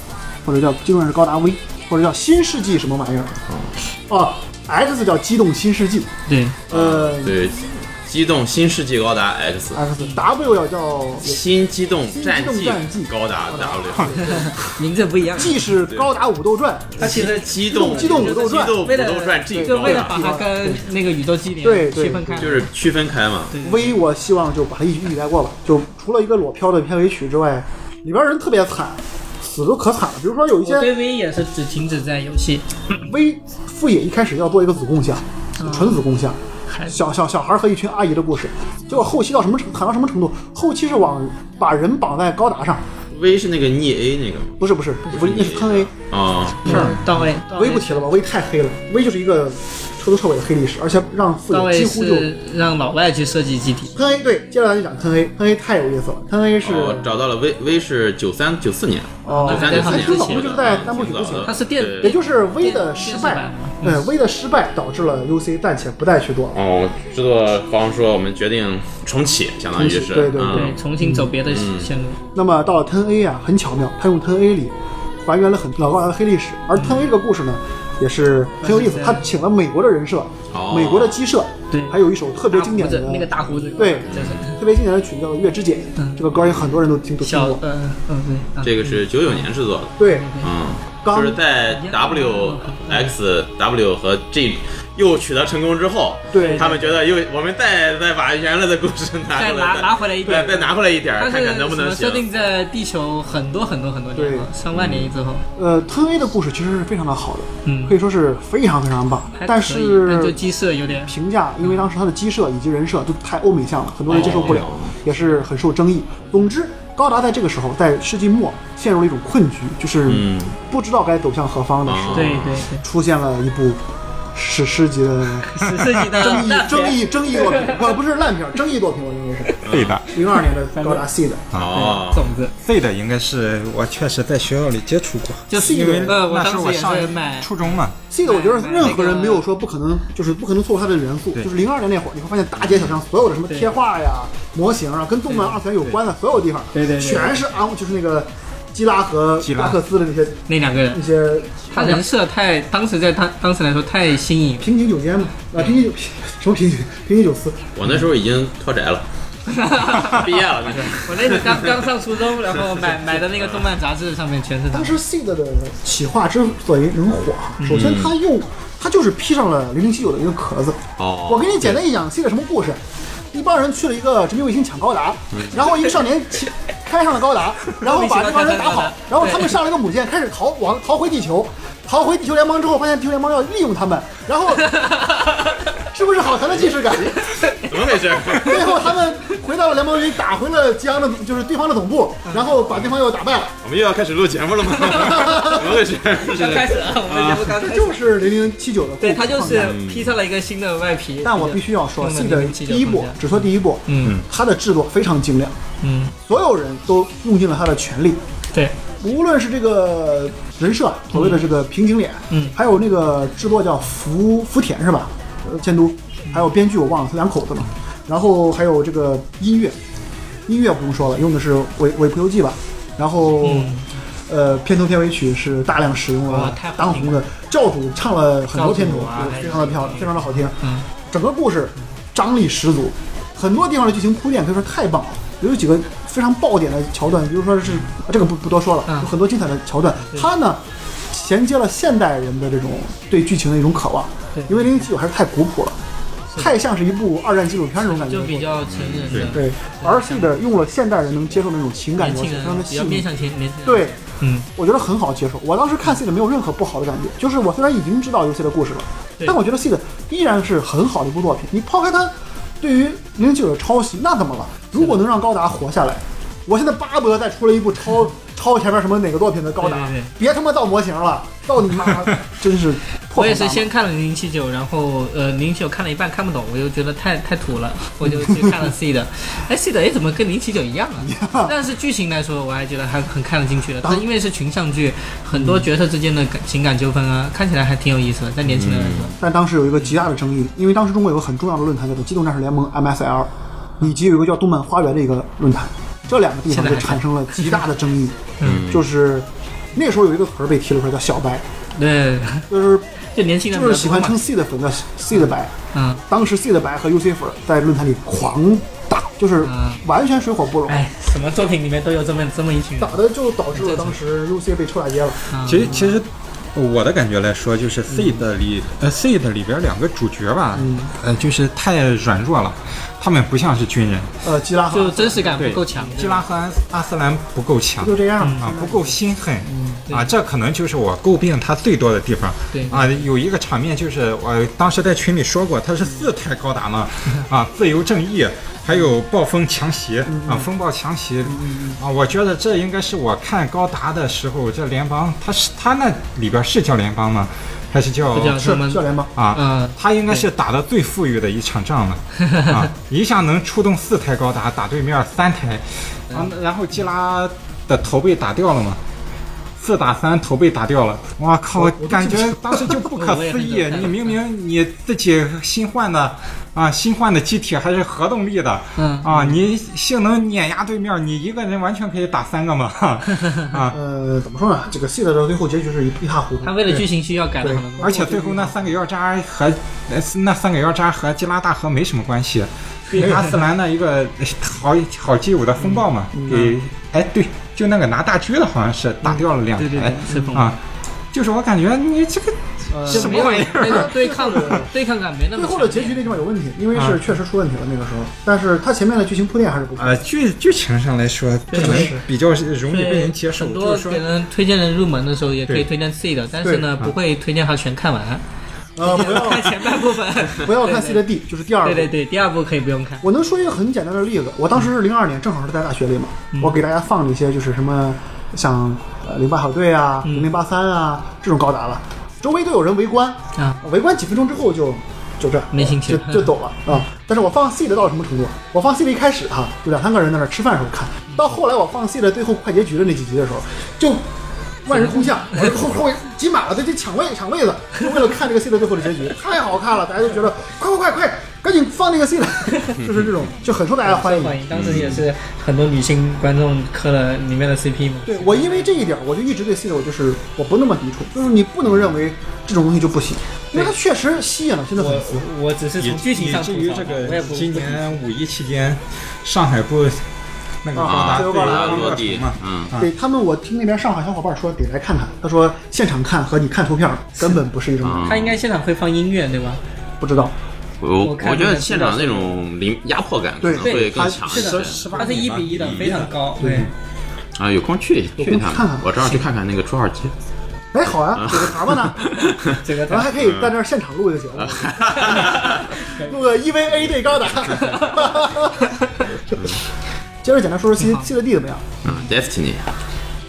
Speaker 1: 或者叫机动战士高达 V，或者叫新世纪什么玩意儿？啊，X 叫机动新世纪，
Speaker 5: 对，
Speaker 1: 呃
Speaker 3: 对，机动新世纪高达 X。
Speaker 1: ，X W 要叫
Speaker 3: 新机动战
Speaker 1: 新机
Speaker 3: 绩
Speaker 1: 动战绩
Speaker 3: 高达 W，
Speaker 5: 名字不一样。
Speaker 1: 既是高达武斗传，
Speaker 5: 它其实
Speaker 3: 机动
Speaker 1: 机动武斗传
Speaker 3: 机动武
Speaker 5: 为了
Speaker 3: 斗传 G
Speaker 5: 就
Speaker 3: 高
Speaker 5: 为了
Speaker 3: 达，
Speaker 5: 把它跟那个宇宙纪
Speaker 1: 对
Speaker 5: 元
Speaker 1: 对
Speaker 5: 区分开，
Speaker 3: 就是区分开嘛。
Speaker 1: V 我希望就把它一举一带过吧，就除了一个裸漂的片尾曲之外，里边人特别惨，死都可惨了。比如说有一
Speaker 5: 我
Speaker 1: 些
Speaker 5: 哦对 V 也是只停止在游戏，
Speaker 1: V 副野一开始要做一个子贡像，纯子贡像，小小小孩和一群阿姨的故事，结果后期到什么程惨到什么程度？后期是往把人绑在高达上，
Speaker 3: V 是那个逆 A 那个吗？
Speaker 1: 不是不是，V 那是坑 A，
Speaker 3: 啊，
Speaker 5: 嗯到位到
Speaker 1: V
Speaker 5: 位
Speaker 1: 不提了吧，V 太黑了，V 就是一个彻头彻尾的黑历史，而且让复
Speaker 5: 到
Speaker 1: 友
Speaker 5: 位
Speaker 1: 几乎就是
Speaker 5: 让老外去设计机体，
Speaker 1: 坑 A 对，接着咱就讲坑 A，坑 A 太有意思了，坑 A 是
Speaker 3: 哦，找到了 V V 是九三九四年，
Speaker 1: 哦
Speaker 3: 九三九四年
Speaker 5: 还挺早
Speaker 3: 写的
Speaker 1: 就是在单部曲之前
Speaker 3: 挺早的
Speaker 5: 它是电
Speaker 3: 对
Speaker 1: 也就是 V 的
Speaker 5: 电
Speaker 1: 失
Speaker 5: 电视
Speaker 1: 败嗯
Speaker 5: 版，
Speaker 1: 对 V 的失败导致了 UC 暂且不再去做了。
Speaker 3: 哦，制作方说我们决定重启，相当于
Speaker 1: 重启
Speaker 3: 是，
Speaker 1: 对对对
Speaker 5: 对，
Speaker 3: 嗯，
Speaker 5: 重新走别的线路。
Speaker 1: 那么到了 Ten A 啊，很巧妙，他用 Ten A 里还原了很老高达的黑历史，而
Speaker 5: 嗯
Speaker 1: Ten A 这个故事呢，也是很有意思，他请了美国的人设
Speaker 3: 哦，
Speaker 1: 美国的鸡设，
Speaker 5: 对
Speaker 1: 还有一首特别经典
Speaker 5: 大
Speaker 1: 的
Speaker 5: 胡子那个大胡子，嗯
Speaker 1: 对
Speaker 5: 就是
Speaker 1: 特别经典的曲叫《月之解》，这个歌也很多人都听都听
Speaker 5: 小
Speaker 1: 过，
Speaker 5: 呃嗯对，
Speaker 3: 这个是九九年制作的，
Speaker 1: 对，
Speaker 3: 嗯，
Speaker 1: 刚
Speaker 3: 就是在 W X W 和 G 又取得成功之后，
Speaker 1: 对
Speaker 3: 他们觉得又我们再再把原来的故事拿
Speaker 5: 再
Speaker 3: 过
Speaker 5: 拿
Speaker 3: 来，
Speaker 5: 拿回来一点
Speaker 3: 对，再拿回来一点
Speaker 5: 它，
Speaker 3: 看
Speaker 5: 是
Speaker 3: 看能不能
Speaker 5: 什么设
Speaker 3: 行。
Speaker 5: 定在地球很多很多很多年后，
Speaker 1: 对
Speaker 5: 上万年之后，
Speaker 1: 呃，Ten A 的故事其实是非常的好的，
Speaker 5: 嗯
Speaker 1: 可以说是非常非常棒
Speaker 5: 还可，
Speaker 1: 但。
Speaker 5: 以但就是鸡舍有点
Speaker 1: 评价，因为当时他的鸡设以及人设都太欧美向了，很多人接受不了，也是很受争议。总之，高达在这个时候，在世纪末陷入了一种困局，就是
Speaker 3: 嗯
Speaker 1: 不知道该走向何方的时候，
Speaker 5: 对对对，
Speaker 1: 出现了一部史诗级的
Speaker 5: 史诗级的
Speaker 1: 争议
Speaker 5: 烂片
Speaker 1: 争议争议作品，我不是烂片，争议作品，我认为是
Speaker 2: 对的
Speaker 1: 零二年的高达 C 的，
Speaker 3: 哦，
Speaker 5: 种子，
Speaker 4: Z 的应该是我确实在学校里接触过，
Speaker 5: 就是
Speaker 1: 因
Speaker 5: 因
Speaker 1: 为
Speaker 5: 为呃，我
Speaker 2: 那时
Speaker 5: 当
Speaker 2: 候
Speaker 5: 时也
Speaker 2: 上
Speaker 5: 是买
Speaker 2: 初中嘛，
Speaker 1: C 的，我觉得
Speaker 5: 哎
Speaker 1: 任何人没有说不可能，就是不可能错过它的元素。就是零二年那会儿，你会发现大街小巷所有的什么贴画呀、模型啊，跟动漫二次元有关的所有地方，
Speaker 5: 对对对
Speaker 1: 全是啊，就是那个基拉和
Speaker 2: 基拉
Speaker 1: 拉克斯的那些
Speaker 5: 那两个人
Speaker 1: 那，些
Speaker 5: 他人设太当时在他当时来说太新颖，
Speaker 1: 平井久间嘛，啊，平井久 什么平井平井久司，
Speaker 3: 我那时候已经脱宅了， 毕业了那是。
Speaker 5: 我那时候刚刚上初中，然后买买的那个动漫杂志上面全是他
Speaker 1: 当。时 seed 的企划之所以能火，首
Speaker 5: 嗯
Speaker 1: 先他用他就是披上了零零七九的一个壳子。
Speaker 3: 哦
Speaker 1: 我给你简单一讲 seed 什么故事。一帮人去了一个殖民卫星抢高达，
Speaker 5: 嗯
Speaker 1: 然后一个少年骑开上了高达，然 后把这帮人打跑，然后他们上了一个母舰，开始逃往逃回地球，逃回地球联邦之后，发现地球联邦要利用他们，然 后是不是好强的既视感？
Speaker 3: 怎么回 事？
Speaker 1: 最后他们回到了联邦军，打回了吉安的，就是对方的总部，然后把对方又打败了。
Speaker 3: 我们又要开始录节目 了吗？怎么回事？
Speaker 5: 刚开始啊，我们节目刚
Speaker 1: 这
Speaker 5: 开始，
Speaker 1: 就是零零七九的故事
Speaker 5: 对他就
Speaker 1: 框架
Speaker 5: 是披上了一个新的外皮。
Speaker 1: 但我必须要说
Speaker 5: 用了
Speaker 1: ，C 的
Speaker 5: 007
Speaker 1: 第一部
Speaker 5: 的框架
Speaker 1: 只说第一部，
Speaker 5: 嗯
Speaker 1: 它的制作非常精良，
Speaker 5: 嗯，
Speaker 1: 所有人都用尽了他的全力，
Speaker 5: 对，
Speaker 1: 无论是这个人设，所谓的这个平井脸，
Speaker 5: 嗯
Speaker 1: 还有那个制作叫福福田是吧？呃，监督，
Speaker 5: 嗯
Speaker 1: 还有编剧我忘了，他两口子嘛。然后还有这个音乐，音乐不用说了，用的是尾尾部游记吧。然后，呃，片头片尾曲是大量使用
Speaker 5: 嗯哇
Speaker 1: 了
Speaker 5: 太好
Speaker 1: 当红的教主唱了很多片头
Speaker 5: 教主啊
Speaker 1: 对
Speaker 5: 还有
Speaker 1: 非常的漂亮，非常的好听。
Speaker 5: 嗯，
Speaker 1: 整个故事张力十足，很多地方的剧情铺垫可以说太棒了。有几个非常爆点的桥段，比如说是这个不不多说了，
Speaker 5: 嗯
Speaker 1: 有很多精彩的桥段。它呢衔接了现代人的这种对剧情的一种渴望
Speaker 5: 对，
Speaker 1: 因为零零七九还是太古朴了，太像是一部二战纪录片那种感觉
Speaker 5: 就
Speaker 1: 的
Speaker 5: 比
Speaker 1: 作品。
Speaker 5: 较成人的，
Speaker 1: 对，而是的用了现代人能接受的那种情感
Speaker 5: 年
Speaker 1: 描
Speaker 5: 轻
Speaker 1: 写，非常
Speaker 5: 人
Speaker 1: 的
Speaker 5: 比
Speaker 1: 细
Speaker 5: 较面
Speaker 1: 腻。
Speaker 5: 向前年轻人。
Speaker 1: 对，
Speaker 5: 嗯，
Speaker 1: 我觉得很好接受。我当时看 C 的没有任何不好的感觉，就是我虽然已经知道游戏的故事了，
Speaker 5: 对
Speaker 1: 但我觉得 C 的依然是很好的一部作品。你抛开它对于零零九的抄袭，那怎么了？如果能让高达活下来，我现在巴不得再出了一部超超前面什么哪个作品的高达，
Speaker 5: 对对对
Speaker 1: 别他妈造模型了，造你 妈，真是破
Speaker 5: 我也
Speaker 1: 产
Speaker 5: 是
Speaker 1: 大
Speaker 5: 先看了零零七九，然后呃零零九看了一半看不懂，我就觉得太太土了，我就去看了 C 的。哎，C 的哎怎么跟零七九一样啊？但是剧情来说，我还觉得还很看得进去的。它因为是群像剧，很多角色之间的感情感纠纷啊，看起来还挺有意思的。在年轻人来说，
Speaker 1: 但当时有一个极大的争议，因为当时中国有个很重要的论坛叫做《机动战士联盟 MSL》，以及有一个叫动漫花园的一个论坛，这两个地方就产生了极大的争议。嗯，就是那时候有一个词儿被提了出来叫“小白
Speaker 5: 对，”，
Speaker 1: 就是
Speaker 5: 就年轻人
Speaker 1: 就是喜欢
Speaker 5: 称
Speaker 1: 称 C 的粉叫 C 的白。
Speaker 5: 嗯，
Speaker 1: 当时 C 的白和 UC 粉在论坛里狂打，就是
Speaker 5: 嗯
Speaker 1: 完全水火不容，
Speaker 5: 哎，什么作品里面都有这么这么一群人
Speaker 1: 打。的就导致了当时 UC 被臭大街了。
Speaker 4: 其实其实我的感觉来说，就是 Seed 里、呃 Seed 里边两个主角吧，呃就是太软弱了。他们不像是军人，
Speaker 1: 呃，基拉
Speaker 5: 就
Speaker 1: 和
Speaker 5: 真实感不
Speaker 4: 对
Speaker 5: 够强。
Speaker 4: 基拉和安斯阿斯兰不够强
Speaker 1: 就这样
Speaker 5: 嗯
Speaker 4: 啊，不够心狠
Speaker 5: 对
Speaker 4: 啊，这可能就是我诟病他最多的地方。
Speaker 5: 对
Speaker 4: 啊，有一个场面就是我当时在群里说过，他是四太高达呢，
Speaker 5: 嗯
Speaker 4: 啊，自由正义，还有暴风强袭
Speaker 5: 嗯
Speaker 4: 啊，风暴强袭啊，我觉得这应该是我看高达的时候，这联邦他是他那里边是叫联邦吗？还是叫
Speaker 5: 不叫什么
Speaker 1: 是教联邦。
Speaker 4: 啊？
Speaker 5: 嗯，
Speaker 4: 他应该是打的最富裕的一场仗 了，啊，一下能出动四台高达打对面三台，
Speaker 5: 嗯
Speaker 4: 啊，然后基拉的头被打掉了嘛，四打三头被打掉了，哇靠，我感觉当时就不可
Speaker 5: 我也
Speaker 4: 思
Speaker 5: 很
Speaker 4: 议
Speaker 5: 震，撼
Speaker 4: 你明明你自己新换的。啊，新换的机体还是核动力的，
Speaker 5: 嗯
Speaker 4: 啊，你性能碾压对面，你一个人完全可以打三个嘛，啊，
Speaker 1: 呃，怎么说呢？这个 C 的最后结局是一一塌糊涂
Speaker 5: 他。为了剧情需要改了很多东
Speaker 4: 而且最后那三个药渣和那那三个药渣和基拉大河没什么关系，被阿斯兰那一个好好基友的风暴嘛，
Speaker 5: 嗯
Speaker 4: 给哎对，就那个拿大狙的好像是打掉了两
Speaker 5: 嗯西，对对
Speaker 4: 台
Speaker 5: 对，是风
Speaker 4: 啊，就是我感觉你这个
Speaker 1: 呃，
Speaker 4: 什么
Speaker 5: 没有
Speaker 4: 玩意
Speaker 5: 没有对抗的对抗感没那么
Speaker 1: 最
Speaker 5: 强
Speaker 1: 后
Speaker 5: 烈。
Speaker 1: 的结局那地方有问题，因为
Speaker 4: 啊
Speaker 1: 是确实出问题了那个时候，但是它前面的剧情铺垫还是不错。
Speaker 4: 呃剧剧情上来说可能比较容易
Speaker 5: 对
Speaker 4: 被人接受，
Speaker 5: 很
Speaker 4: 就
Speaker 5: 多
Speaker 4: 是说
Speaker 5: 给人推荐人入门的时候，也可
Speaker 4: 对
Speaker 5: 以推荐 C 的，但是呢，不会推荐他全看完，
Speaker 1: 呃，不 要
Speaker 5: 看前半部分。
Speaker 1: 不要看 C 的 D，就是第二
Speaker 5: 对
Speaker 1: 部
Speaker 5: 对对，第二部可以不用看。
Speaker 1: 我能说一个很简单的例子，我当时是零二年，正好是在大学里嘛，
Speaker 5: 嗯
Speaker 1: 我给大家放了一些就是什么像呃零八小队啊、
Speaker 5: 嗯
Speaker 1: 零零八三啊这种高达了，周围都有人围观
Speaker 5: 啊，
Speaker 1: 围观几分钟之后就就这样
Speaker 5: 没兴趣
Speaker 1: 就就走了啊。但是我放 C 的到什么程度？我放 C 的一开始哈、就两三个人在那儿吃饭的时候看，到后来我放 C 的最后快结局的那几集的时候，就。万人空巷， 我这后后位挤满了，这这抢位抢位子，就为了看这个 C 的最后的 结局，太好看了，大家就觉得快快快快，赶紧放那个 C 的，就是这种，就很受大家欢迎。
Speaker 5: 欢迎，当时也是很多女性观众磕了里面的 CP 嘛。
Speaker 1: 对我因为这一点，我就一直对 C 的我就是我不那么抵触，就是你不能认为这种东西就不行，因为它确实吸引了新的粉
Speaker 5: 我
Speaker 1: 丝。
Speaker 5: 我只是
Speaker 4: 以
Speaker 5: 从剧情上
Speaker 4: 以至
Speaker 5: 吐
Speaker 4: 于
Speaker 5: 槽
Speaker 4: 这
Speaker 5: 嘛，我也
Speaker 4: 个
Speaker 5: 不
Speaker 4: 今年五一期间上海不那个高
Speaker 1: 啊
Speaker 4: 达
Speaker 1: 自由
Speaker 4: 被
Speaker 1: 高达
Speaker 4: 拉
Speaker 3: 落
Speaker 4: 了
Speaker 3: 地
Speaker 4: 嘛，，
Speaker 3: 嗯，
Speaker 4: 啊
Speaker 1: 对他们，我听那边上海小伙伴说得来看看，他说现场看和你看图片 根本不是一种，
Speaker 3: 啊
Speaker 5: 他应该现场会放音乐对吧？
Speaker 1: 不知道。
Speaker 3: 我
Speaker 5: 我
Speaker 3: 我
Speaker 5: 看
Speaker 3: 觉
Speaker 5: 那
Speaker 3: 得
Speaker 5: 个
Speaker 3: 现场那种临压迫感可
Speaker 1: 对
Speaker 3: 能会更
Speaker 1: 他
Speaker 3: 强一
Speaker 1: 是
Speaker 3: 些
Speaker 4: 是吧
Speaker 5: 它是一比一的，非常高。
Speaker 1: 对
Speaker 5: 对，
Speaker 3: 啊。有空去
Speaker 1: 有
Speaker 3: 去
Speaker 1: 空
Speaker 3: 一趟
Speaker 1: 看看，
Speaker 3: 我正好去看看那个初二机。
Speaker 1: 哎，好
Speaker 5: 啊
Speaker 1: 呀，有个蛤蟆 呢，
Speaker 5: 这个
Speaker 1: 咱们还可以在那儿现场录一个 节目，录个 E EVA 对高达。接着简单说说 C C 的 D 怎么样？
Speaker 3: 嗯，Destiny，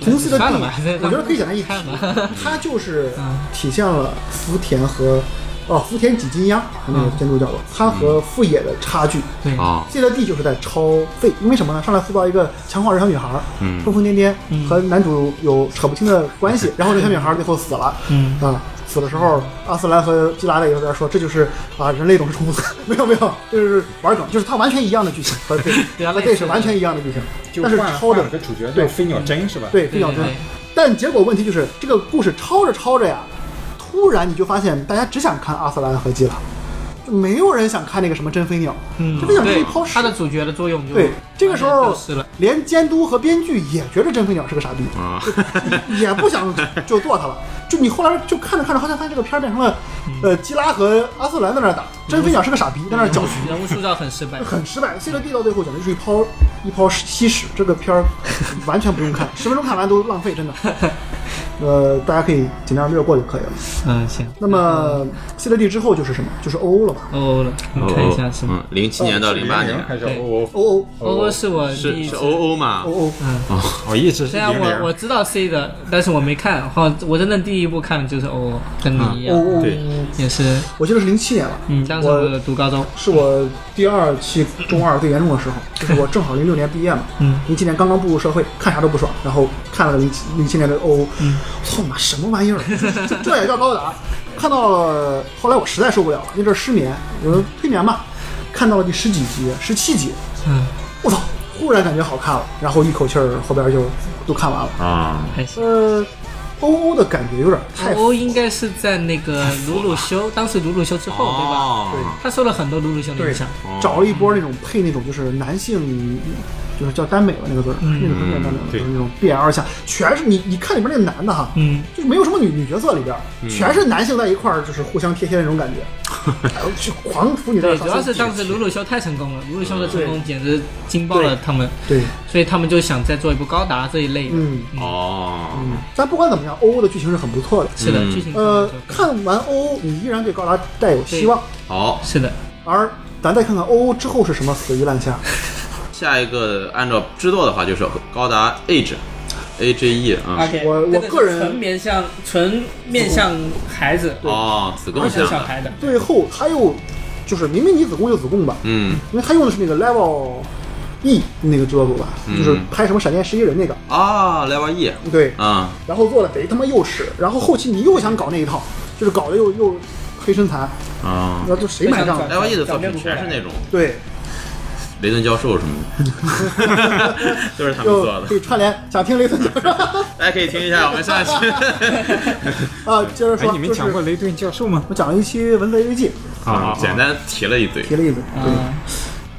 Speaker 1: 同 C 的 D，
Speaker 5: 算了吧
Speaker 1: 我觉得可以简单一提
Speaker 5: 看吧。嗯
Speaker 1: 它就是体现了福田和哦福田几金央那个监督叫做它和富野的差距。
Speaker 5: 嗯对
Speaker 3: 啊，
Speaker 1: C 的 D 就是在超费，因为什么呢？上来塑造一个强化人小女孩儿，
Speaker 3: 嗯
Speaker 1: 疯疯癫癫，和男主有扯不清的关系，然后这小女孩儿最后死了，
Speaker 5: 嗯
Speaker 1: 啊，死的时候，阿斯兰和基拉在一边说，这就是啊，人类总是重复的， 没有没有，就是玩梗，就是它完全一样的剧情和这
Speaker 5: 对啊
Speaker 1: 和
Speaker 5: 类似
Speaker 1: 这是完全一样的剧情，
Speaker 4: 就
Speaker 1: 但是
Speaker 4: 换了
Speaker 1: 超
Speaker 4: 换
Speaker 1: 的
Speaker 4: 了个主角
Speaker 1: 对
Speaker 4: 叫飞鸟真是吧？
Speaker 1: 对
Speaker 5: 对
Speaker 1: 比较真
Speaker 5: 对对，
Speaker 1: 但结果问题就是这个故事抄着抄着呀，突然你就发现大家只想看阿斯兰和基拉，就没有人想看那个什么真飞鸟，
Speaker 5: 嗯
Speaker 1: 这飞鸟是一
Speaker 5: 对
Speaker 1: 泡，屎
Speaker 5: 它。的主角的作啊用就
Speaker 1: 对，这个时候
Speaker 5: 消失了。
Speaker 1: 连监督和编剧也觉得真飞鸟是个傻逼，
Speaker 3: 啊，
Speaker 1: 也不想就做他了。就你后来就看着看着，好像发现这个片儿变成了，
Speaker 5: 嗯
Speaker 1: 呃，基拉和阿斯兰在那儿打，真飞鸟是个傻逼，在那儿搅局，
Speaker 5: 人物塑造很失败。
Speaker 1: 很失败。C 的 D 到最后简直就是一泡一泡稀屎，这个片儿完全不用看， 十分钟看完都浪费， 真的。呃，大家可以尽量略过就可以了。
Speaker 5: 嗯，行。
Speaker 1: 那么 C 的 D 之后就是什么？就是 O O 了吧
Speaker 5: 欧欧了，
Speaker 3: 哦
Speaker 5: 你看一下是吗？
Speaker 3: 嗯，零七年到零八年
Speaker 4: 00还是
Speaker 5: 对
Speaker 4: 我
Speaker 1: ？O
Speaker 5: 欧欧是我第
Speaker 3: 是
Speaker 5: 一
Speaker 3: 是哦
Speaker 5: 次。
Speaker 3: O O 嘛
Speaker 1: O O？O
Speaker 4: 我一直是
Speaker 5: 虽然
Speaker 4: 零
Speaker 5: 啊我我
Speaker 4: 零，
Speaker 5: 知道 C 的，但是我没看。后我真的第一部看的就是欧欧，跟你一
Speaker 1: O
Speaker 5: 样，
Speaker 1: O，
Speaker 3: 对
Speaker 5: 也是。
Speaker 1: 我记得是零七年了。
Speaker 5: 哦嗯，当时
Speaker 1: 我
Speaker 5: 我读高中，
Speaker 1: 是我第二期中二最严重的时 候，就是我正好零六年毕业嘛，
Speaker 5: 嗯，
Speaker 1: 零七年刚刚步入社会，看啥都不爽，然后看了零七零七年的 O，操
Speaker 5: 嗯
Speaker 1: 妈什么玩意 儿，这这也叫高达？看到了，后来我实在受不了了，那阵儿失眠，有人催眠嘛，看到了第十几集、十七集，
Speaker 5: 嗯，
Speaker 1: 我操，忽然感觉好看了，然后一口气儿后边就都看完了。
Speaker 3: 啊，
Speaker 5: 还行。
Speaker 1: 呃，O O 的感觉有点太，
Speaker 5: 欧欧应该是在那个鲁鲁 修，当时鲁鲁修之后，对吧？
Speaker 3: 哦
Speaker 5: 他受了很多鲁鲁修的
Speaker 1: 对
Speaker 5: 影响。
Speaker 1: 找了一波那种配那种就是男性，就是叫耽美吧那个字儿，
Speaker 5: 嗯
Speaker 1: 那个字儿叫耽美吧，就是那种 BL 像，全是你你看里边那个男的哈，
Speaker 5: 嗯，
Speaker 1: 就是没有什么女女角色里边，全是男性在一块儿就是互相贴贴那种感觉，去狂处理这
Speaker 5: 对，
Speaker 1: 个
Speaker 5: 主
Speaker 1: 场
Speaker 5: 要
Speaker 1: 景。
Speaker 5: 是当时鲁鲁修太成功了，鲁鲁修的成功简直惊爆了他们，
Speaker 1: 对，
Speaker 5: 所以他们就想再做一部高达这一类的。
Speaker 1: 嗯，
Speaker 3: 哦，
Speaker 1: 但不管怎么样，O O 的剧情是很不错的。
Speaker 5: 是的，
Speaker 3: 嗯
Speaker 5: 剧情
Speaker 1: 呃
Speaker 5: 上，就
Speaker 1: 看完 O O，你依然对高达带有希望。
Speaker 3: 好，
Speaker 5: 是的，
Speaker 1: 而咱再看看 O O 之后是什么死鱼烂虾，
Speaker 3: 下一个按照制作的话就是高达 Age，A J E 啊，
Speaker 1: 我我
Speaker 5: 这是
Speaker 1: 个人
Speaker 5: 纯面向纯面向孩子，
Speaker 3: 哦，子贡
Speaker 5: 面
Speaker 3: 像
Speaker 5: 向小
Speaker 3: 的，
Speaker 5: 孩的，
Speaker 1: 最后他又就是明明你子贡就子贡吧，
Speaker 3: 嗯，
Speaker 1: 因为他用的是那个 Level E 那个制作组吧，
Speaker 3: 嗯
Speaker 1: 就是拍什么闪电十一人那个，
Speaker 3: 啊，Level E，
Speaker 1: 对，
Speaker 3: 啊，
Speaker 1: 然后做了贼他妈幼齿，然后后期你又想搞那一套，就是搞得又又黑身材，
Speaker 3: 啊
Speaker 1: 那就谁买账？
Speaker 3: ，Level E 的作品全是那种
Speaker 1: 对，
Speaker 3: 雷顿教授什么的， 都是他们
Speaker 1: 就
Speaker 3: 做的
Speaker 1: 可。以串联，想听雷森
Speaker 3: 大家可以听一下我们上一 期，
Speaker 1: 啊，接着
Speaker 4: 哎
Speaker 1: 说，，
Speaker 4: 你们
Speaker 1: 就是
Speaker 4: 讲过雷顿教授吗？
Speaker 1: 我讲了一期《文雷日记
Speaker 4: 啊，
Speaker 3: 简单提了一堆》，
Speaker 1: 提了一嘴，对。
Speaker 5: 嗯，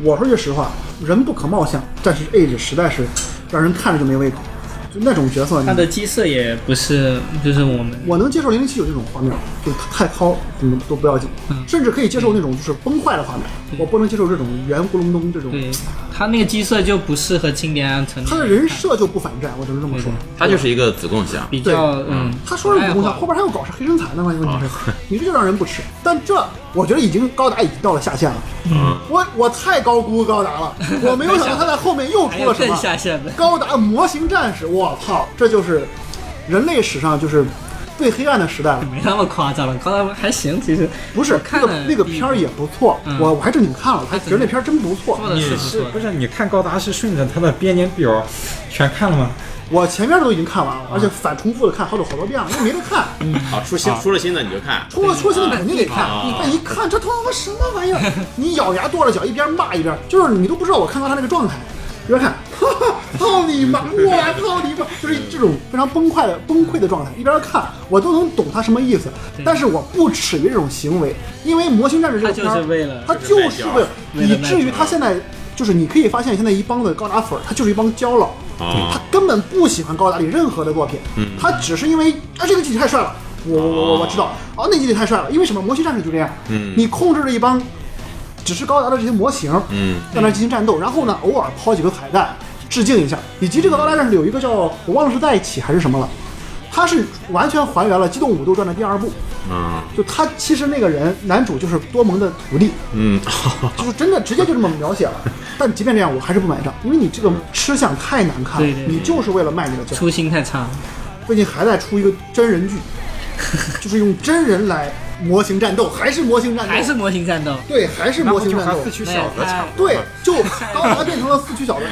Speaker 1: 我说句实话，人不可貌相，但是 Age 实在是让人看着就没胃口，就那种角色，
Speaker 5: 他
Speaker 1: 你
Speaker 5: 的基色也不是，就是我们
Speaker 1: 我能接受零零七九这种画面，就是太糙怎么都不要紧，
Speaker 5: 嗯
Speaker 1: 甚至可以接受那种就是崩坏的画面，我不能接受这种圆咕隆咚这种，
Speaker 5: 对他那个基色就不适合青年安成年
Speaker 1: 他的人设就不反战，我只能这么说。
Speaker 5: 嗯
Speaker 3: 他就是一个子贡像。
Speaker 5: 比较嗯，
Speaker 1: 他说是武功
Speaker 5: 不爱
Speaker 1: 像，
Speaker 5: 画
Speaker 1: 后边还要搞是黑身材呢嘛？
Speaker 5: 哦
Speaker 1: 问题是，你这就让人不齿。但这我觉得已经高达已经到了下限了，
Speaker 5: 嗯
Speaker 1: 我我太高估高达 了，我没有想到他在后面又
Speaker 5: 还
Speaker 1: 出
Speaker 5: 有
Speaker 1: 了什
Speaker 5: 更
Speaker 1: 么。
Speaker 5: 下线的，
Speaker 1: 高达模型战士，我操，这就是人类史上就是最黑暗的时代了。
Speaker 5: 没那么夸张了，高达还行，其实
Speaker 1: 不是
Speaker 5: 我，看
Speaker 1: 那
Speaker 5: 了
Speaker 1: 个那个片儿也不错，
Speaker 5: 嗯
Speaker 1: 我我还正经看了，我还觉得那片儿真不错。嗯
Speaker 5: 做的
Speaker 4: 你
Speaker 5: 是
Speaker 4: 是
Speaker 5: 不错
Speaker 4: 不是你看高达是顺着他的编年表全看了吗？
Speaker 1: 我前面都已经看完了，
Speaker 5: 嗯
Speaker 1: 而且反重复的看好久好多遍了，因为没得看。
Speaker 3: 好，出新出了新的你就看。
Speaker 1: 出了出了现在肯定得看
Speaker 3: 啊，
Speaker 1: 但一看这他妈什么玩意儿，你咬牙跺着脚一边骂一边，就是你都不知道我看到他那个状态，一边看，哈哈，操你妈，我操你妈，就是这种非常崩溃的崩溃的状态，一边看我都能懂他什么意思，但是我不耻于这种行为，因为《魔星战士》这个片
Speaker 5: 他就是为
Speaker 1: 儿
Speaker 5: 了，
Speaker 1: 他就是为了，
Speaker 5: 为了
Speaker 1: 以至于他现在。就是你可以发现，现在一帮的高达粉儿，他就是一帮胶佬，他根本不喜欢高达里任何的作品，他只是因为啊这个具体太帅了，我我我我知道，哦那具体太帅了，因为什么？模型战士就这样，你控制着一帮只是高达的这些模型，
Speaker 3: 嗯，
Speaker 1: 在那进行战斗，然后呢偶尔抛几个彩蛋致敬一下，以及这个高达战士有一个叫我忘了是在一起还是什么了，他是完全还原了《机动武斗传》的第二部，
Speaker 3: 嗯
Speaker 1: 就他其实那个人男主就是多蒙的徒弟，
Speaker 3: 嗯，
Speaker 1: 就是真的直接就这么描写了。 但即便这样，我还是不买账，因为你这个吃相太难看了，
Speaker 5: 对对对
Speaker 1: 你就是为了卖你的胶。
Speaker 5: 初心太差，
Speaker 1: 最近还在出一个真人 剧，就是用真人来模型战斗，还是模型战斗，
Speaker 5: 还是模型战斗，
Speaker 1: 对，还是
Speaker 4: 那
Speaker 1: 模
Speaker 4: 不
Speaker 1: 型
Speaker 4: 就
Speaker 1: 战
Speaker 4: 和
Speaker 1: 斗
Speaker 4: 四。驱小子
Speaker 5: 哎
Speaker 4: 差不多
Speaker 1: 对
Speaker 4: 吗？，
Speaker 1: 就高达变成了四驱 小子，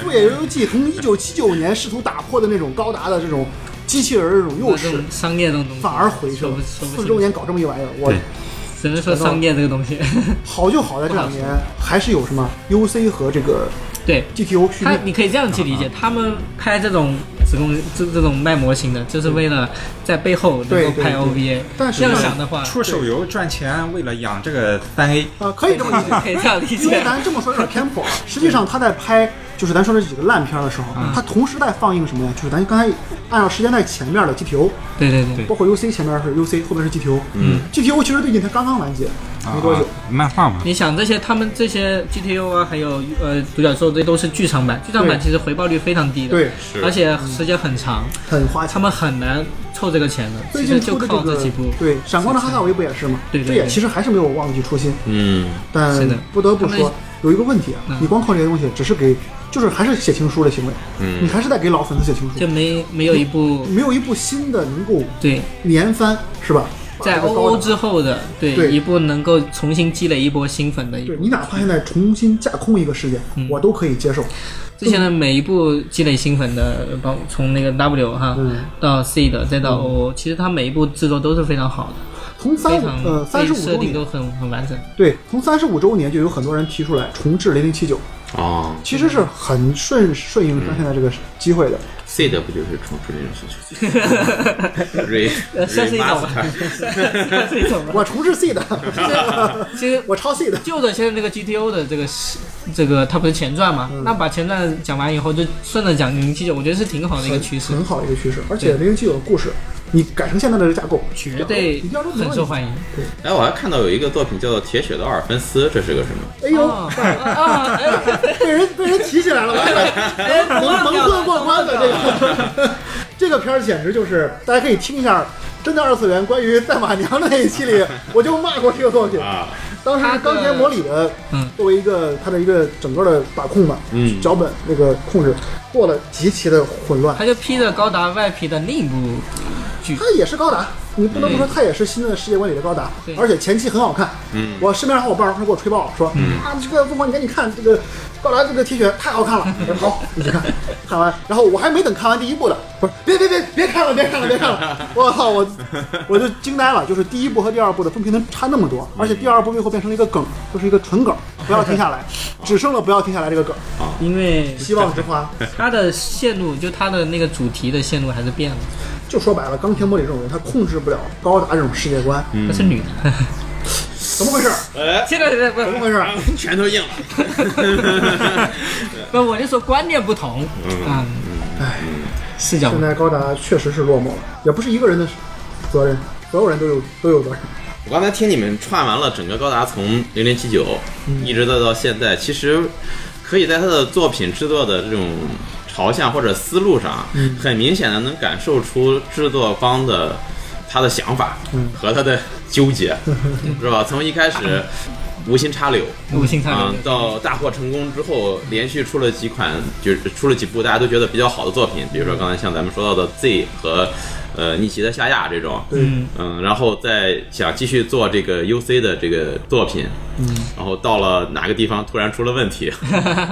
Speaker 1: 《富野游游记》从一九七九年试图打破的那种高达的这种机器人儿这种
Speaker 5: 那
Speaker 1: 优势
Speaker 5: 种，商业这种东西
Speaker 1: 反而回去
Speaker 5: 说
Speaker 1: 了
Speaker 5: 不。说
Speaker 1: 四
Speaker 5: 不
Speaker 1: 十周
Speaker 5: 清，
Speaker 1: 年搞这么一玩意儿，我
Speaker 5: 只能说商业这个东西，
Speaker 1: 好就好在这两年还是有什么 UC 和这个
Speaker 5: 对。
Speaker 1: GTO 续
Speaker 5: 他
Speaker 1: 命，
Speaker 5: 你可以这样去理解，他们拍这种子宫这这种卖模型的，就是为了在背后能
Speaker 1: 对
Speaker 5: 够
Speaker 1: 对
Speaker 5: 拍
Speaker 1: 对
Speaker 5: OVA。
Speaker 1: 但是
Speaker 5: 这样
Speaker 1: 呢
Speaker 5: 想的话，
Speaker 4: 出手游赚钱，为了养这个三 A，
Speaker 1: 呃，可以这么理解，
Speaker 5: 可以这样理
Speaker 1: 因为
Speaker 5: 解。
Speaker 1: 咱这么说有点偏颇了。啊实际上他在拍就是咱说这几个烂片儿的时候，
Speaker 5: 嗯
Speaker 1: 他同时在放映什么呀？就是咱刚才按照时间在前面的 GTO，
Speaker 5: 对对对，
Speaker 1: 包括 UC 前面是 UC，后面是 GTO。嗯，GTO 其实最近才刚刚完结，没多久。
Speaker 4: 啊漫画嘛，
Speaker 5: 你想这些，他们这些 GTO 啊，还有呃独角兽，这都是剧场版，剧场版
Speaker 1: 对
Speaker 5: 其实回报率非常低的，
Speaker 1: 对，
Speaker 5: 而且时间很长，
Speaker 1: 很花
Speaker 5: 他
Speaker 1: 钱。
Speaker 5: 们很难凑这个钱的，
Speaker 1: 最
Speaker 5: 其
Speaker 1: 近
Speaker 5: 实
Speaker 1: 出
Speaker 5: 就
Speaker 1: 的
Speaker 5: 靠
Speaker 1: 个
Speaker 5: 这几部，
Speaker 1: 对《闪光的哈萨维》不也是吗？
Speaker 5: 对对
Speaker 1: 这
Speaker 5: 对
Speaker 1: 也其实还是没有忘记初心。
Speaker 3: 嗯，
Speaker 1: 但
Speaker 5: 是的
Speaker 1: 不得不
Speaker 5: 他们
Speaker 1: 说，有一个问题啊，
Speaker 5: 嗯
Speaker 1: 你光靠这些东西，只是给就是还是写情书的行为，你还是在给老粉丝写情
Speaker 5: 嗯就
Speaker 1: 书，
Speaker 5: 没没有一部
Speaker 1: 没有一部新的能够
Speaker 5: 对
Speaker 1: 连番是吧？
Speaker 5: 在
Speaker 1: 把这个
Speaker 5: O
Speaker 1: 高
Speaker 5: O
Speaker 1: 达
Speaker 5: 之后的对
Speaker 1: 对
Speaker 5: 一部能够重新积累一波新粉的一部
Speaker 1: 对，你哪怕现在重新架空一个事件，
Speaker 5: 嗯
Speaker 1: 我都可以接受。
Speaker 5: 之前的每一部积累新粉的，包从那个 W 哈、
Speaker 1: 嗯
Speaker 5: 到 C 的，再到 O，、其实它每一部制作都是非常好的，
Speaker 1: 从三
Speaker 5: 非
Speaker 1: 五
Speaker 5: 常
Speaker 1: 呃三
Speaker 5: 对
Speaker 1: 十五
Speaker 5: 设
Speaker 1: 周
Speaker 5: 定
Speaker 1: 年，
Speaker 5: 都很很完整。
Speaker 1: 对，从三十五周年就有很多人提出来重置零零七九，
Speaker 3: 哦
Speaker 1: 其实是很顺顺应上现在这个机会 的。
Speaker 3: ，C 的不就是重复这种事 情？Re
Speaker 5: 呃，算是一种吧， 算是一种吧。
Speaker 1: 我重置 C 的，
Speaker 5: 其实
Speaker 1: 我抄 C 的，
Speaker 5: 就着现在这个 GTO 的这个是这个，它不是前传
Speaker 1: 嗯
Speaker 5: 嘛？那把前传讲完以后，就顺着讲零七九，我觉得是挺好的一个趋势。
Speaker 1: 嗯很好的一个趋势。而且零零七九的故事你改成现在的架构，
Speaker 5: 绝对
Speaker 1: 你调度
Speaker 5: 很受欢迎。
Speaker 3: 哎，我还看到有一个作品叫做《铁血的阿尔芬斯》，这是个什么？
Speaker 1: 哎呦，
Speaker 5: 哦 啊，
Speaker 1: 被人被人提起来了，蒙蒙混过关的这个，这个片儿简直就是，大家可以听一下，真的二次元关于赛马娘的那一期里，我就骂过这个作品。
Speaker 3: 啊，
Speaker 1: 当时钢铁魔里的
Speaker 5: 嗯，
Speaker 1: 作为一个它的一个整个的把控吧，
Speaker 3: 嗯
Speaker 1: 脚本那个控制做了极其的混乱。
Speaker 5: 他就披着高达外皮的另一部剧
Speaker 1: 它，也是高达，你不能不说它也是新的世界观里的高达
Speaker 5: 对，
Speaker 1: 而且前期很好看。
Speaker 3: 嗯
Speaker 1: 我身边好伙伴儿给我吹爆了，说啊，这个凤凰，你赶紧看这个高达这个 T 恤太好看了。我说好，你去看，看完，然后我还没等看完第一部呢，不是，别别别别看了，别看了，别看了，我操，我我就惊呆了，就是第一部和第二部的分屏能差那么多，而且第二部最后变成了一个梗，就是一个纯梗，不要停下来，只剩了不要停下来这个梗，
Speaker 5: 因为
Speaker 1: 希望之花。
Speaker 5: 他的线路就他的那个主题的线路还是变了，
Speaker 1: 就说白了，钢铁魔里这种人，他控制不了高达这种世界观，
Speaker 5: 她是女的。
Speaker 1: 怎么回事？
Speaker 3: 哎，
Speaker 5: 现在现在不
Speaker 1: 怎么回事？
Speaker 3: 拳头硬了。
Speaker 5: 不，我就说观念不同，嗯，
Speaker 1: 唉。
Speaker 5: 视角不
Speaker 1: 现
Speaker 5: 同。
Speaker 1: 在高达确实是落寞了，也不是一个人的责任，所有人都有都有责任。
Speaker 3: 我刚才听你们串完了整个高达从零零七九一直到到现在，其实可以在他的作品制作的这种朝向或者思路上，很明显的能感受出制作方的他的想法和他的纠结，是吧？从一开始无心插柳，
Speaker 5: 无心插柳
Speaker 3: 啊，到大获成功之后，连续出了几款，就是出了几部大家都觉得比较好的作品，比如说
Speaker 5: 嗯
Speaker 3: 刚才像咱们说到的 Z 和呃逆袭的夏亚这种，
Speaker 5: 嗯，
Speaker 3: 嗯，然后再想继续做这个 UC 的这个作品，嗯，然后到了哪个地方突然出了问 题，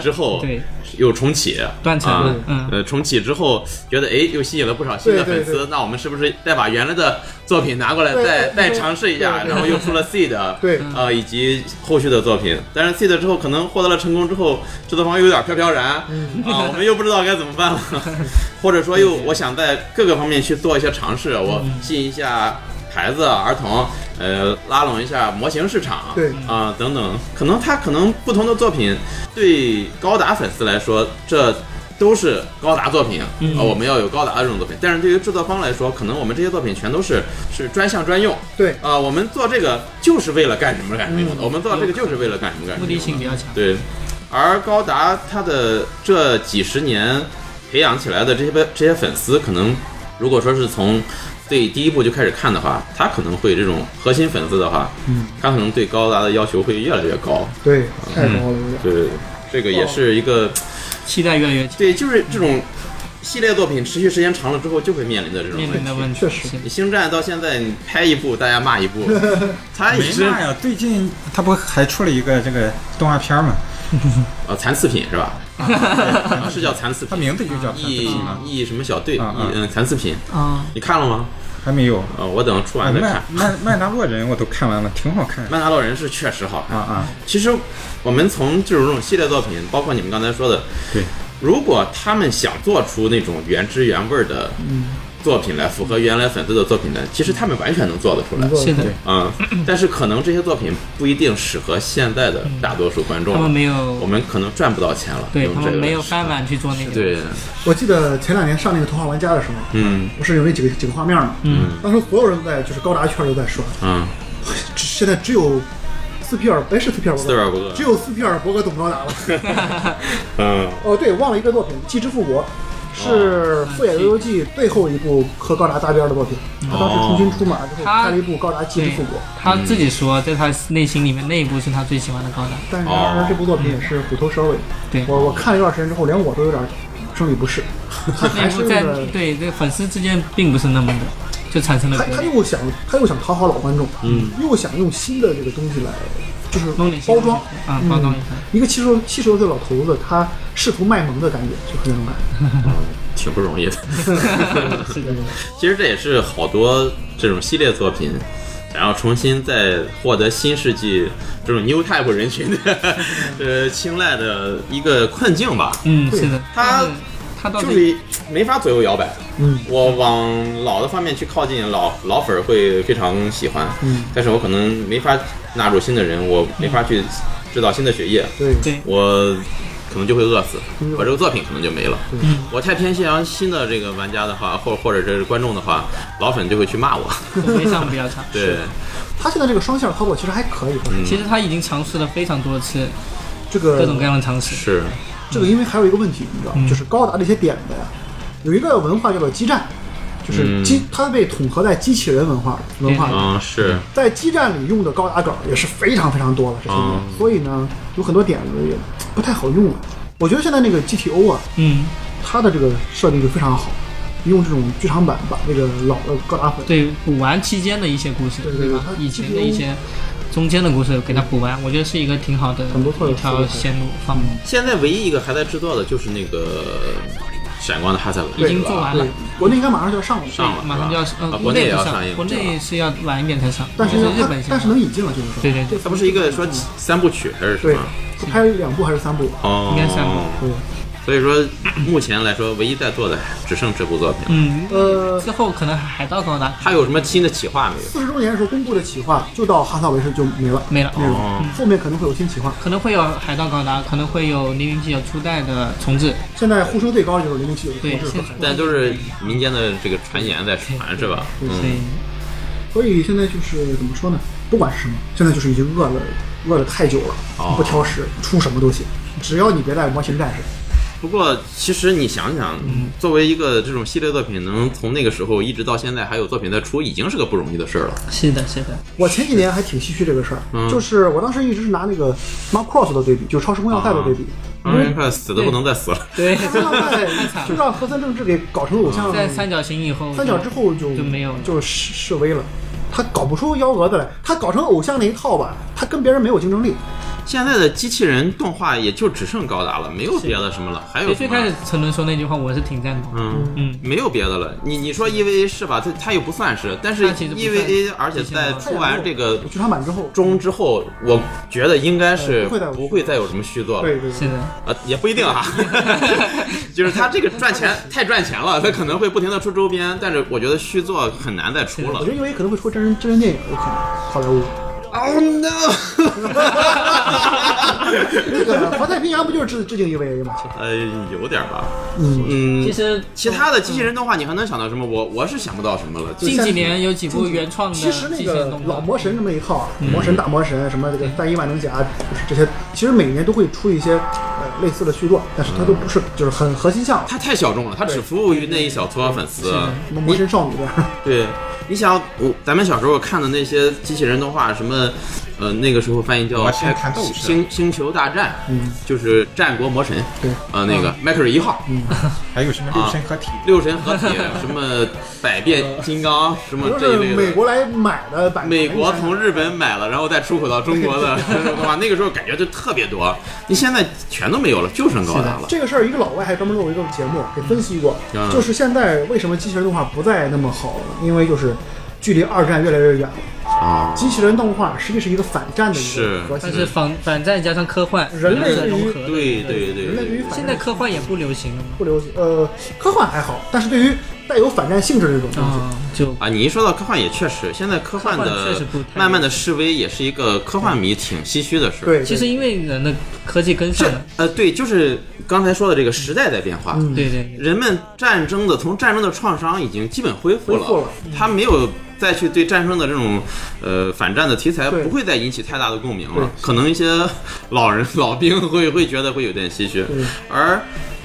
Speaker 3: 之后
Speaker 5: 对
Speaker 3: 又重启，
Speaker 5: 断层
Speaker 3: 啊
Speaker 5: 了嗯
Speaker 3: 呃，重启之后觉得哎，又吸引了不少新的
Speaker 1: 对对
Speaker 3: 粉丝，
Speaker 1: 对
Speaker 3: 那我们是不是再把原来的作品拿过来
Speaker 1: 对
Speaker 3: 再
Speaker 1: 对
Speaker 3: 再
Speaker 1: 对
Speaker 3: 尝试一下？
Speaker 1: 对对
Speaker 3: 然后又出了 C 的，
Speaker 1: 对
Speaker 3: 呃，以及后续的作品，但是 C 的之后可能获得了成功之后，制作方又有点飘飘然，
Speaker 1: 嗯
Speaker 3: 啊，我们又不知道该怎么办 了。或者说又我想在各个方面去做一些尝试，我
Speaker 1: 嗯
Speaker 3: 吸引一下孩子、儿童，呃，拉拢一下模型市场，
Speaker 1: 对
Speaker 3: 啊、等等，可能他可能不同的作品对高达粉丝来说，这。都是高达作品啊、
Speaker 1: 嗯
Speaker 3: 我们要有高达的这种作品。但是对于制作方来说，可能我们这些作品全都是是专项专用
Speaker 1: 对，
Speaker 3: 啊、我们做这个就是为了干什么干什么用的，我们做这个就是为了干什么干
Speaker 5: 嗯
Speaker 3: 什
Speaker 5: 目
Speaker 3: 么用的。
Speaker 5: 的性比较强。
Speaker 3: 对，而高达他的这几十年培养起来的这些这些粉丝，可能如果说是从对第一部就开始看的话，他可能会这种核心粉丝的话，嗯，他可能对高达的要求会越来越高。
Speaker 1: 对，嗯太高了有点。
Speaker 3: 对，这个也是一
Speaker 5: 哦
Speaker 3: 个、
Speaker 5: 期待越来越强，
Speaker 3: 对，就是这种系列作品持续时间长了之后就会面临的这种
Speaker 5: 面临的
Speaker 3: 问
Speaker 5: 问
Speaker 3: 题。
Speaker 5: 题
Speaker 1: 确实
Speaker 5: 是
Speaker 3: 你星战到现在，你拍一部大家骂 一部，他也
Speaker 4: 没
Speaker 3: 是
Speaker 4: 嘛呀，最近他不还出了一个这个动画片嘛？
Speaker 3: 呃残次品 是吧？啊，是叫残次
Speaker 4: 他
Speaker 3: 品，
Speaker 4: 名字就叫《三体
Speaker 3: 一》
Speaker 4: 吗？
Speaker 5: 嗯
Speaker 3: 一什么小队，一
Speaker 4: 啊啊
Speaker 3: 嗯残次品，
Speaker 5: 啊，
Speaker 3: 你看了吗？
Speaker 4: 还没有。
Speaker 3: 呃，我等出
Speaker 4: 啊，
Speaker 3: 完再
Speaker 4: 曼
Speaker 3: 看。
Speaker 4: 曼曼达洛人我都看完了，挺好看的。
Speaker 3: 曼达洛人是确实好
Speaker 4: 啊
Speaker 5: 嗯
Speaker 3: 看。
Speaker 4: 啊，
Speaker 3: 其实我们从就是这种系列作品，包括你们刚才说的，
Speaker 4: 对，
Speaker 3: 如果他们想做出那种原汁原味儿的
Speaker 5: 嗯
Speaker 3: 作品来，符合原来粉丝的作品呢，其实他们完全能做得出来
Speaker 1: 能。做
Speaker 5: 是的
Speaker 4: 对，
Speaker 3: 嗯，但是可能这些作品不一定适合现在的大多数观众
Speaker 5: 他们
Speaker 3: 了，
Speaker 5: 没
Speaker 3: 我
Speaker 5: 有，
Speaker 3: 们可能赚不到钱了。
Speaker 5: 对
Speaker 3: 用
Speaker 5: 他
Speaker 3: 这
Speaker 5: 们
Speaker 3: 个
Speaker 5: 没有翻版去做那个，，
Speaker 3: 对，
Speaker 1: 我记得前两年上那个《头号玩家》的时候，
Speaker 3: 嗯
Speaker 1: 不是有那几个几个画面吗？
Speaker 5: 嗯，
Speaker 1: 当时所有人都在就是高达圈都在说，
Speaker 3: 嗯，
Speaker 1: 只现在只有斯皮尔，哎是斯皮尔伯
Speaker 3: 四
Speaker 1: 格，
Speaker 3: 点不饿
Speaker 1: 只。有斯皮尔伯格懂高达了。
Speaker 3: 嗯，
Speaker 1: 哦，对，忘了一个作品《机之复国》，是《富野悠悠记》最后一部和高达搭边的作品。他当时重新出马之后，
Speaker 5: 他
Speaker 1: 拍了一部《高达机之
Speaker 5: 对
Speaker 1: 复国》，
Speaker 5: 他自己说，在他内心里面那一部是他最喜欢的高达，
Speaker 1: 但是然而这部作品也是虎头蛇尾。
Speaker 5: 哦对，
Speaker 1: 我我看了一段时间之后，连我都有点生理不适。他
Speaker 5: 那
Speaker 1: 还
Speaker 5: 一
Speaker 1: 是
Speaker 5: 部
Speaker 1: 那
Speaker 5: 在
Speaker 1: 个，
Speaker 5: 对这粉丝之间并不是那么的，就产生了
Speaker 1: 他
Speaker 5: 隔
Speaker 1: 他
Speaker 5: 阂。
Speaker 1: 又想他又想讨好老观众，嗯，又想用新的这个东西来，就是
Speaker 5: 弄点新
Speaker 1: 包
Speaker 5: 东西
Speaker 1: 装
Speaker 5: 啊
Speaker 1: 嗯
Speaker 5: 包装一下
Speaker 1: 一个七十多七十多岁老头子，他试图卖萌的感觉，就是那种感觉。
Speaker 3: 挺不容易的。
Speaker 5: 是的，
Speaker 3: 其实这也是好多这种系列作品想要重新再获得新世纪这种 new type 人群的呃青睐的一个困境吧。
Speaker 5: 嗯，是的，
Speaker 3: 他
Speaker 5: 但是他到
Speaker 3: 就
Speaker 5: 底
Speaker 3: 是没法左右摇摆，
Speaker 1: 嗯，
Speaker 3: 我往老的方面去靠近，老老粉儿会非常喜欢，
Speaker 1: 嗯，
Speaker 3: 但是我可能没法纳入新的人，我没法去制造新的血液，
Speaker 1: 对，
Speaker 5: 对
Speaker 3: 我可能就会饿死，
Speaker 1: 嗯
Speaker 3: 我这个作品可能就没了。我太偏向新的这个玩家的话，或或者这是观众的话，老粉就会去骂我。
Speaker 5: 口碑上比较差。
Speaker 3: 对，
Speaker 1: 他现在这个双线操作其实还可以，
Speaker 3: 嗯
Speaker 5: 其实他已经尝试了非常多次
Speaker 1: 这
Speaker 5: 各种各
Speaker 1: 个
Speaker 5: 样的嗯尝试，
Speaker 3: 是
Speaker 1: 这个因为还有一个问题，你知道吗？就是高达这些点子呀，有一个文化叫做基站，就是
Speaker 3: 嗯
Speaker 1: 机，它被统合在机器人文化文
Speaker 5: 哦
Speaker 1: 化里，
Speaker 3: 嗯是
Speaker 1: 在基站里用的高达稿也是非常非常多了，这些年，
Speaker 3: 嗯
Speaker 1: 所以呢，有很多点子也不太好用了。啊我觉得现在那个 GTO 啊，
Speaker 5: 嗯，
Speaker 1: 它的这个设定就非常好，用这种剧场版把这个老的高达粉，
Speaker 5: 对，补完期间的一些故事，
Speaker 1: 对对对
Speaker 5: 吧
Speaker 1: 它？
Speaker 5: 以前的一些中间的故事给他补完，我觉得是一个挺好的
Speaker 1: 很不错的
Speaker 5: 一条
Speaker 1: 思路
Speaker 5: 线路方面。
Speaker 3: 现在唯一一个还在制作的就是那个闪光的哈萨克，
Speaker 5: 已经做完了
Speaker 1: 对，国内应该马上就要上了，
Speaker 3: 上了
Speaker 5: 马上就要是
Speaker 3: 啊
Speaker 5: 呃，
Speaker 3: 国内
Speaker 5: 内
Speaker 3: 也要
Speaker 5: 不
Speaker 3: 上映
Speaker 5: 国
Speaker 3: 是吧
Speaker 5: 内是要晚一点才上，
Speaker 1: 但是
Speaker 5: 就是
Speaker 1: 呢
Speaker 5: 日
Speaker 1: 它
Speaker 5: 本先
Speaker 1: 但是
Speaker 5: 上。
Speaker 1: 能引进了，就是说，
Speaker 5: 对对对，
Speaker 3: 它不是一个说三部曲还是什
Speaker 1: 对
Speaker 3: 么？，
Speaker 1: 它拍了两部还是三部？
Speaker 3: 哦，
Speaker 5: 应该三部
Speaker 1: 对，
Speaker 3: 所以说，目前来说，唯一在做的只剩这部作品了。
Speaker 5: 嗯，
Speaker 1: 呃，
Speaker 5: 之后可能海盗高达
Speaker 3: 他有什么新的企划没有？
Speaker 1: 四十周年的时候公布的企划就到哈萨维士就没了，
Speaker 5: 没了。嗯
Speaker 1: 内容
Speaker 3: 哦
Speaker 1: 后面可能会有新企划。
Speaker 5: 可能会有海盗高达，可能会有零零七有初代的重置，
Speaker 1: 现在呼声最高的就是零零七九的
Speaker 5: 对
Speaker 1: 同，志
Speaker 5: 现
Speaker 1: 和
Speaker 5: 在
Speaker 3: 但都是民间的这个传言在传，是吧？
Speaker 5: 所
Speaker 3: 嗯，
Speaker 5: 以
Speaker 1: 所以现在就是怎么说呢？不管是什么，现在就是已经饿了，饿了太久了
Speaker 3: 哦，
Speaker 1: 不挑食，出什么都行，只要你别带模型战士。
Speaker 3: 不过其实你想想，
Speaker 5: 嗯
Speaker 3: 作为一个这种系列作品，能从那个时候一直到现在还有作品在出，已经是个不容易的事儿了。
Speaker 5: 是的，是的，
Speaker 1: 我前几年还挺唏嘘这个事儿，
Speaker 3: 嗯
Speaker 1: 就是我当时一直是拿那个 Mark Cross 的对比，就是超时空要塞的对比。
Speaker 5: 嗯
Speaker 3: 让人快死的不能再死了。
Speaker 5: 对，
Speaker 1: 超时空要
Speaker 5: 太
Speaker 1: 塞
Speaker 3: 啊
Speaker 5: 惨
Speaker 1: 就
Speaker 5: 了。
Speaker 1: 让和森正治给搞成偶像，
Speaker 5: 在三角形以后，
Speaker 1: 三角之后就
Speaker 5: 就没有了
Speaker 1: 就示示威了。他搞不出幺蛾子来，他搞成偶像那一套吧，他跟别人没有竞争力。
Speaker 3: 现在的机器人动画也就只剩高达了，没有别的什么了。还
Speaker 5: 所
Speaker 3: 有
Speaker 5: 以
Speaker 3: 什
Speaker 5: 最
Speaker 3: 么
Speaker 5: 开始陈伦说那句话，我是挺赞同的。
Speaker 3: 嗯。
Speaker 5: 嗯，
Speaker 3: 没有别的了，你你说 EVA 是吧？它它又不算是，但是
Speaker 5: 它其实不啊算
Speaker 3: EVA 而且在
Speaker 5: 以前
Speaker 3: 出完这个
Speaker 1: 剧场版之后，
Speaker 3: 中之后，我觉得应该
Speaker 1: 呃
Speaker 3: 是
Speaker 1: 不会再有
Speaker 3: 不会再有什么续作了。
Speaker 1: 对对
Speaker 5: 是
Speaker 1: 对，
Speaker 5: 的，
Speaker 3: 啊，也不一定啊， 就是他这个赚钱太赚钱了，他可能会不停的出周边，但是我觉得续作很难 再出
Speaker 1: 我
Speaker 3: 了
Speaker 1: 觉。得因为可能会出真人真人电影，有可能好莱坞。
Speaker 3: Oh no！
Speaker 1: 那个《环太平洋》不就是致致敬 EVA 吗？
Speaker 3: 呃，有点吧，
Speaker 1: 嗯，
Speaker 3: 嗯
Speaker 5: 其。实
Speaker 3: 其他的机器人动画你还能想到什么？我我是想不到什么了。
Speaker 5: 近几年有几部原创的
Speaker 1: 其实
Speaker 5: 机
Speaker 1: 那
Speaker 5: 器
Speaker 1: 个
Speaker 5: 人动画，
Speaker 1: 老魔神这么一套啊，魔神大魔神什么这个单一万能侠，就是这些，其实每年都会出一些呃类似的续作，但是它都不是就是很核心项，
Speaker 3: 它太小众了，它只服务于那一小撮粉丝。啊
Speaker 1: 什么魔神少女啊这样。
Speaker 3: 对，你想我咱们小时候看的那些机器人动画，什么，呃，那个时候翻译叫
Speaker 4: 魔
Speaker 3: 《
Speaker 4: 神砍斗士
Speaker 3: 星星球大战》，
Speaker 1: 嗯，
Speaker 3: 就是战国魔神，
Speaker 1: 对，嗯
Speaker 3: 呃，那个迈克尔一号、
Speaker 4: 还有什
Speaker 3: 啊
Speaker 4: 么六神合体？
Speaker 3: 六神合 体，什么百变金刚，什么
Speaker 1: 都
Speaker 3: 这
Speaker 1: 是
Speaker 3: 一类的。
Speaker 1: 美国来买的版权，
Speaker 3: 美国从日本买了，然后再出口到中 国的动画，那个时候感觉就特别多。你现在全都没有了，就剩高达了。
Speaker 1: 这个事儿，一个老外还专门做过一个节目给分析过，
Speaker 3: 嗯
Speaker 1: 就是现在为什么机器人动画不再那么好了，因为就是距离二战越来越远了。
Speaker 3: 啊，
Speaker 1: 机器人动画实际是一个反战的一
Speaker 3: 是
Speaker 1: 个核心
Speaker 5: 但，是反反战加上科幻，
Speaker 1: 人类
Speaker 5: 是融合的。
Speaker 3: 对对对
Speaker 1: 人类对于
Speaker 3: 对，
Speaker 1: 反
Speaker 5: 现
Speaker 1: 战
Speaker 5: 在科幻也不流行了嘛，
Speaker 1: 不流行，呃，科幻还好，但是对于带有反战性质的这种东西，
Speaker 5: 啊，就
Speaker 3: 啊，你一说到科幻也确实，现在科幻
Speaker 5: 科幻确
Speaker 3: 的
Speaker 5: 实不太
Speaker 3: 慢慢的示威也是一个科幻迷挺唏嘘的事。，
Speaker 1: 对，
Speaker 5: 其实因为人的科技跟上
Speaker 3: 这
Speaker 5: 了，
Speaker 3: 呃对，就是刚才说的这个时代在变化，
Speaker 1: 嗯
Speaker 5: 对对，
Speaker 3: 人们战争的从战争的创伤已经基本恢复
Speaker 1: 恢复了
Speaker 3: 他没有。再去对战争的这种，呃，反战的题材
Speaker 1: 对
Speaker 3: 不会再引起太大的共鸣
Speaker 1: 对
Speaker 3: 了。可能一些老人、老兵会会觉得会有点唏嘘
Speaker 1: 对，
Speaker 3: 而，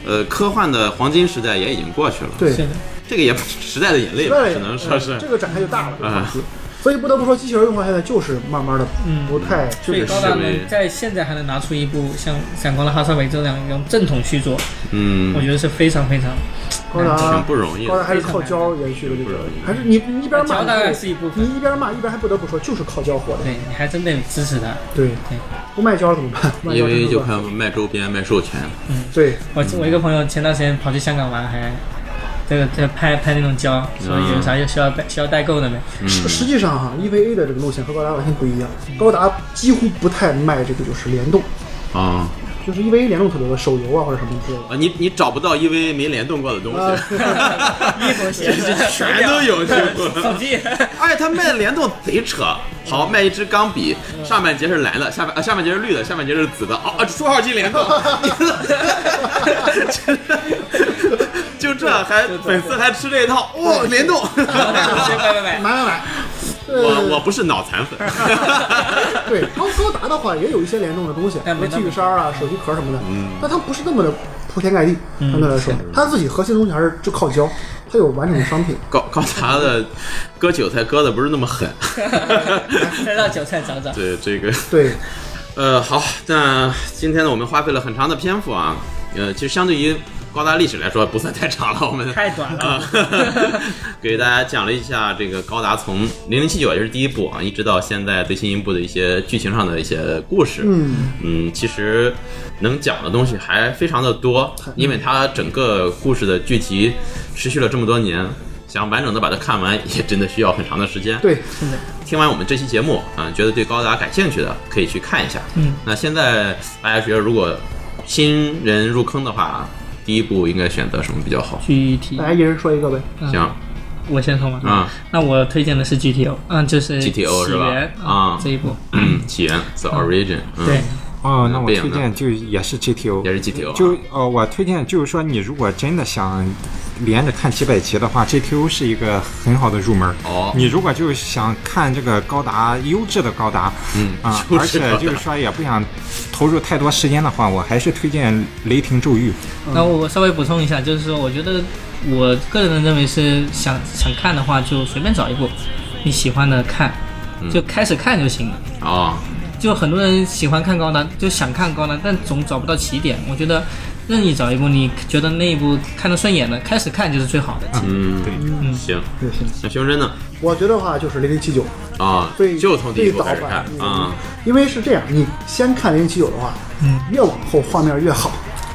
Speaker 3: 呃，科幻的黄金时代也已经过去了。，
Speaker 1: 对
Speaker 5: 是
Speaker 1: 对，
Speaker 5: 的，
Speaker 3: 这个也 不时代的眼泪吧，
Speaker 1: 对
Speaker 3: 只能说是
Speaker 1: 呃这个展开就大了，这个
Speaker 3: 啊
Speaker 1: 话题所以不得不说，机器人动画现在就是慢慢的
Speaker 5: 嗯
Speaker 1: 不太
Speaker 5: 所以高达能在现在还能拿出一部像《闪光的哈萨维》这样一种正统续作，
Speaker 3: 嗯
Speaker 5: 我，觉得是非常非常。
Speaker 1: 高
Speaker 3: 挺
Speaker 1: 达
Speaker 3: 不容易的
Speaker 1: 高达还是靠胶延续的这
Speaker 3: 不
Speaker 1: 个
Speaker 3: 容，易
Speaker 1: 还是你你一边骂
Speaker 5: 胶大概
Speaker 1: 你
Speaker 5: 是一部分，
Speaker 1: 你一边骂一边还不得不说，就是靠胶火的。
Speaker 5: 对你还真得支持他。
Speaker 1: 对
Speaker 5: 对，
Speaker 1: 不卖胶怎么办？卖
Speaker 3: 因
Speaker 1: 胶真
Speaker 3: 为
Speaker 1: 的
Speaker 3: 就
Speaker 1: 不办
Speaker 3: 看卖周边、卖授权。
Speaker 1: 对，
Speaker 5: 我我一个朋友前段时间跑去香港玩，还这个在拍拍那种胶，
Speaker 3: 嗯
Speaker 5: 所以有啥要需要代需要代购的没？
Speaker 1: 实实际上哈，EVA 的这个路线和高达完全不一样，高达几乎不太卖这个就是联动，
Speaker 3: 啊，
Speaker 1: 就是 EVA 联动特别多，手游啊或者什么之类的。
Speaker 3: 啊，你你找不到 EVA 没联动过的东
Speaker 1: 呃
Speaker 3: 西，，
Speaker 5: 衣服、鞋子、
Speaker 3: 全都有几乎。
Speaker 5: 手机，
Speaker 3: 哎，他卖的联动贼扯，好卖一支钢笔，上半截是蓝的，下半啊下半截是绿的，下半截是紫的，哦，啊多少级联动？ 就这还粉丝还吃这一套，哇、联 动！
Speaker 5: 拜拜拜。
Speaker 1: 买买买。
Speaker 3: 我
Speaker 1: 呃
Speaker 3: 我不是脑残 粉，
Speaker 1: 对高高达的话也有一些联动的东西，比
Speaker 5: 但
Speaker 3: 哎
Speaker 1: 如
Speaker 5: 没
Speaker 1: 寄语衫啊、
Speaker 3: 嗯
Speaker 1: 手机壳什么的，但它不是那么的铺天盖地。相对来说，它自己核心东西还是就靠胶，它有完整的商品。
Speaker 3: 高高达的割韭菜割的不是那 么狠。
Speaker 5: 再让韭菜长长。
Speaker 3: 对这个。
Speaker 1: 对，
Speaker 3: 呃，好，那今天呢，我们花费了很长的篇幅啊，呃，其实相对于高达历史来说，不算太长了，我们
Speaker 5: 太短了
Speaker 3: 啊、 给大家讲了一下这个高达从零零七九也是第一部啊，一直到现在最新一部的一些剧情上的一些故事，
Speaker 1: 嗯
Speaker 3: 嗯，其实能讲的东西还非常的多，因为它整个故事的剧集持续了这么多年。想完整的把它看完，也真的需要很长的时间。
Speaker 1: 对，
Speaker 3: 听完我们这期节目，啊、觉得对高达感兴趣的可以去看一下。嗯，那现在大家觉得如果新人入坑的话，第一步应该选择什么比较好？
Speaker 5: GT，
Speaker 1: 大家一人说一个呗。
Speaker 3: 行
Speaker 5: 我先说嘛。
Speaker 3: 啊，
Speaker 5: 那我推荐的是 GTO，嗯，就是
Speaker 3: GTO
Speaker 5: 起
Speaker 3: 是吧
Speaker 5: 源
Speaker 3: 啊
Speaker 5: 这一部，
Speaker 3: 嗯，起源 The Origin，嗯，
Speaker 5: 对，
Speaker 4: 哦，那我
Speaker 3: 不一样
Speaker 4: 推荐就也是 GTO，
Speaker 3: 也是 GTO 啊
Speaker 4: 就呃，我推荐就是说，你如果真的想连着看几百集的话，GTO 是一个很好的入门。
Speaker 3: 哦
Speaker 4: 你如果就是想看这个高达优质的高达，
Speaker 3: 嗯
Speaker 4: 啊、
Speaker 3: 优
Speaker 4: 而
Speaker 3: 质高达
Speaker 4: 且就是说也不想投入太多时间的话，我还是推荐《雷霆咒域》。
Speaker 5: 那我稍微补充一下，就是说，我觉得我个人认为是想想看的话，就随便找一部你喜欢的看，
Speaker 3: 嗯
Speaker 5: 就开始看就行了。
Speaker 3: 哦，
Speaker 5: 就很多人喜欢看高达，就想看高达，但总找不到起点。我觉得任意找一部你觉得那一部看得顺眼的，开始看就是最好的。
Speaker 3: 嗯，对，
Speaker 5: 嗯
Speaker 3: 行，
Speaker 1: 对，行
Speaker 3: 那熊真呢？
Speaker 1: 我觉得话就是零零七九，
Speaker 3: 啊、
Speaker 1: 最
Speaker 3: 就从第一部开始
Speaker 1: 最早
Speaker 3: 看
Speaker 1: 版嗯
Speaker 3: 啊，
Speaker 1: 因为是这样，你先看零零七九的话，
Speaker 3: 嗯
Speaker 1: 越往后画面越好，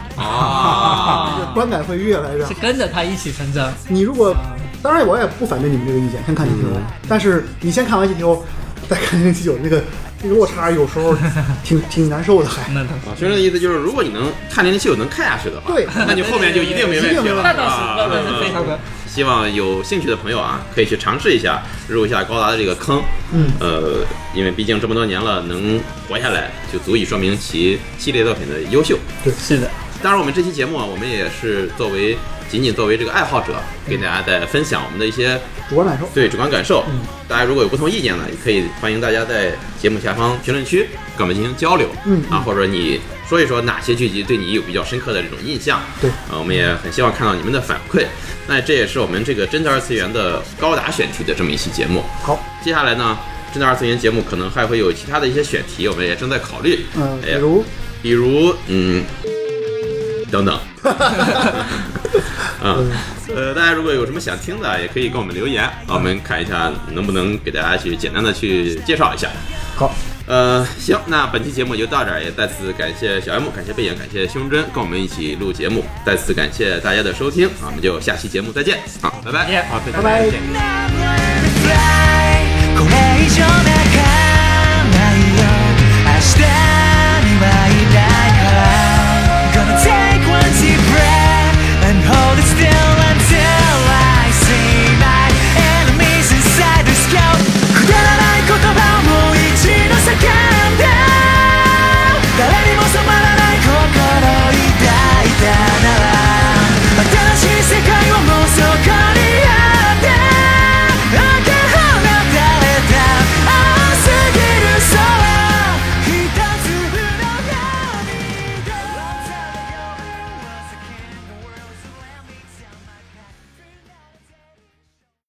Speaker 3: 啊，
Speaker 1: 观感会越来越好
Speaker 5: 是。跟着他一起成长，
Speaker 1: 你如果，当然我也不反对你们这个意见，先看 GTO，、但是你先看完 GTO，再 看零零七九，那个那个落差有时候挺挺难受的，还。
Speaker 5: 那他
Speaker 3: 熊真的意思就是，如果你能看零零七九能看下去的话，
Speaker 1: 对
Speaker 3: 那你后面就一定没
Speaker 1: 一定
Speaker 3: 问
Speaker 1: 没
Speaker 3: 题
Speaker 1: 问题
Speaker 3: 了。
Speaker 5: 那倒是，
Speaker 3: 啊
Speaker 5: 那倒是非常的。
Speaker 3: 希望有兴趣的朋友啊，可以去尝试一下入一下高达的这个坑。
Speaker 1: 嗯，
Speaker 3: 呃，因为毕竟这么多年了，能活下来就足以说明其系列作品的优秀。
Speaker 5: 是的，
Speaker 3: 当然，我们这期节目啊，我们也是作为仅仅作为这个爱好者，给大家在分享我们的一些
Speaker 1: 主观感受。
Speaker 3: 对主观感
Speaker 1: 嗯
Speaker 3: 受。大家如果有不同意见呢，也可以欢迎大家在节目下方评论区跟我们进行交流。
Speaker 1: 嗯
Speaker 3: 啊，或者你说一说哪些剧集对你有比较深刻的这种印象。
Speaker 1: 对
Speaker 3: 啊，我们也很希望看到你们的反馈。那这也是我们这个真的二次元的高达选题的这么一期节目。
Speaker 1: 好，
Speaker 3: 接下来呢，真的二次元节目可能还会有其他的一些选题，我们也正在考虑。
Speaker 1: 嗯、比
Speaker 3: 哎呀
Speaker 1: 如
Speaker 3: 比如嗯，等等。嗯，呃，大家如果有什么想听的，也可以给我们留言，我们看一下能不能给大家去简单的去介绍一下。
Speaker 1: 好，
Speaker 3: 呃，行，那本期节目就到这儿，也再次感谢小 M，感谢背影，感谢胸针跟我们一起录节目，再次感谢大家的收听，啊，我们就下期节目再见啊，拜拜，好，再
Speaker 1: 拜拜。
Speaker 6: これ以上ない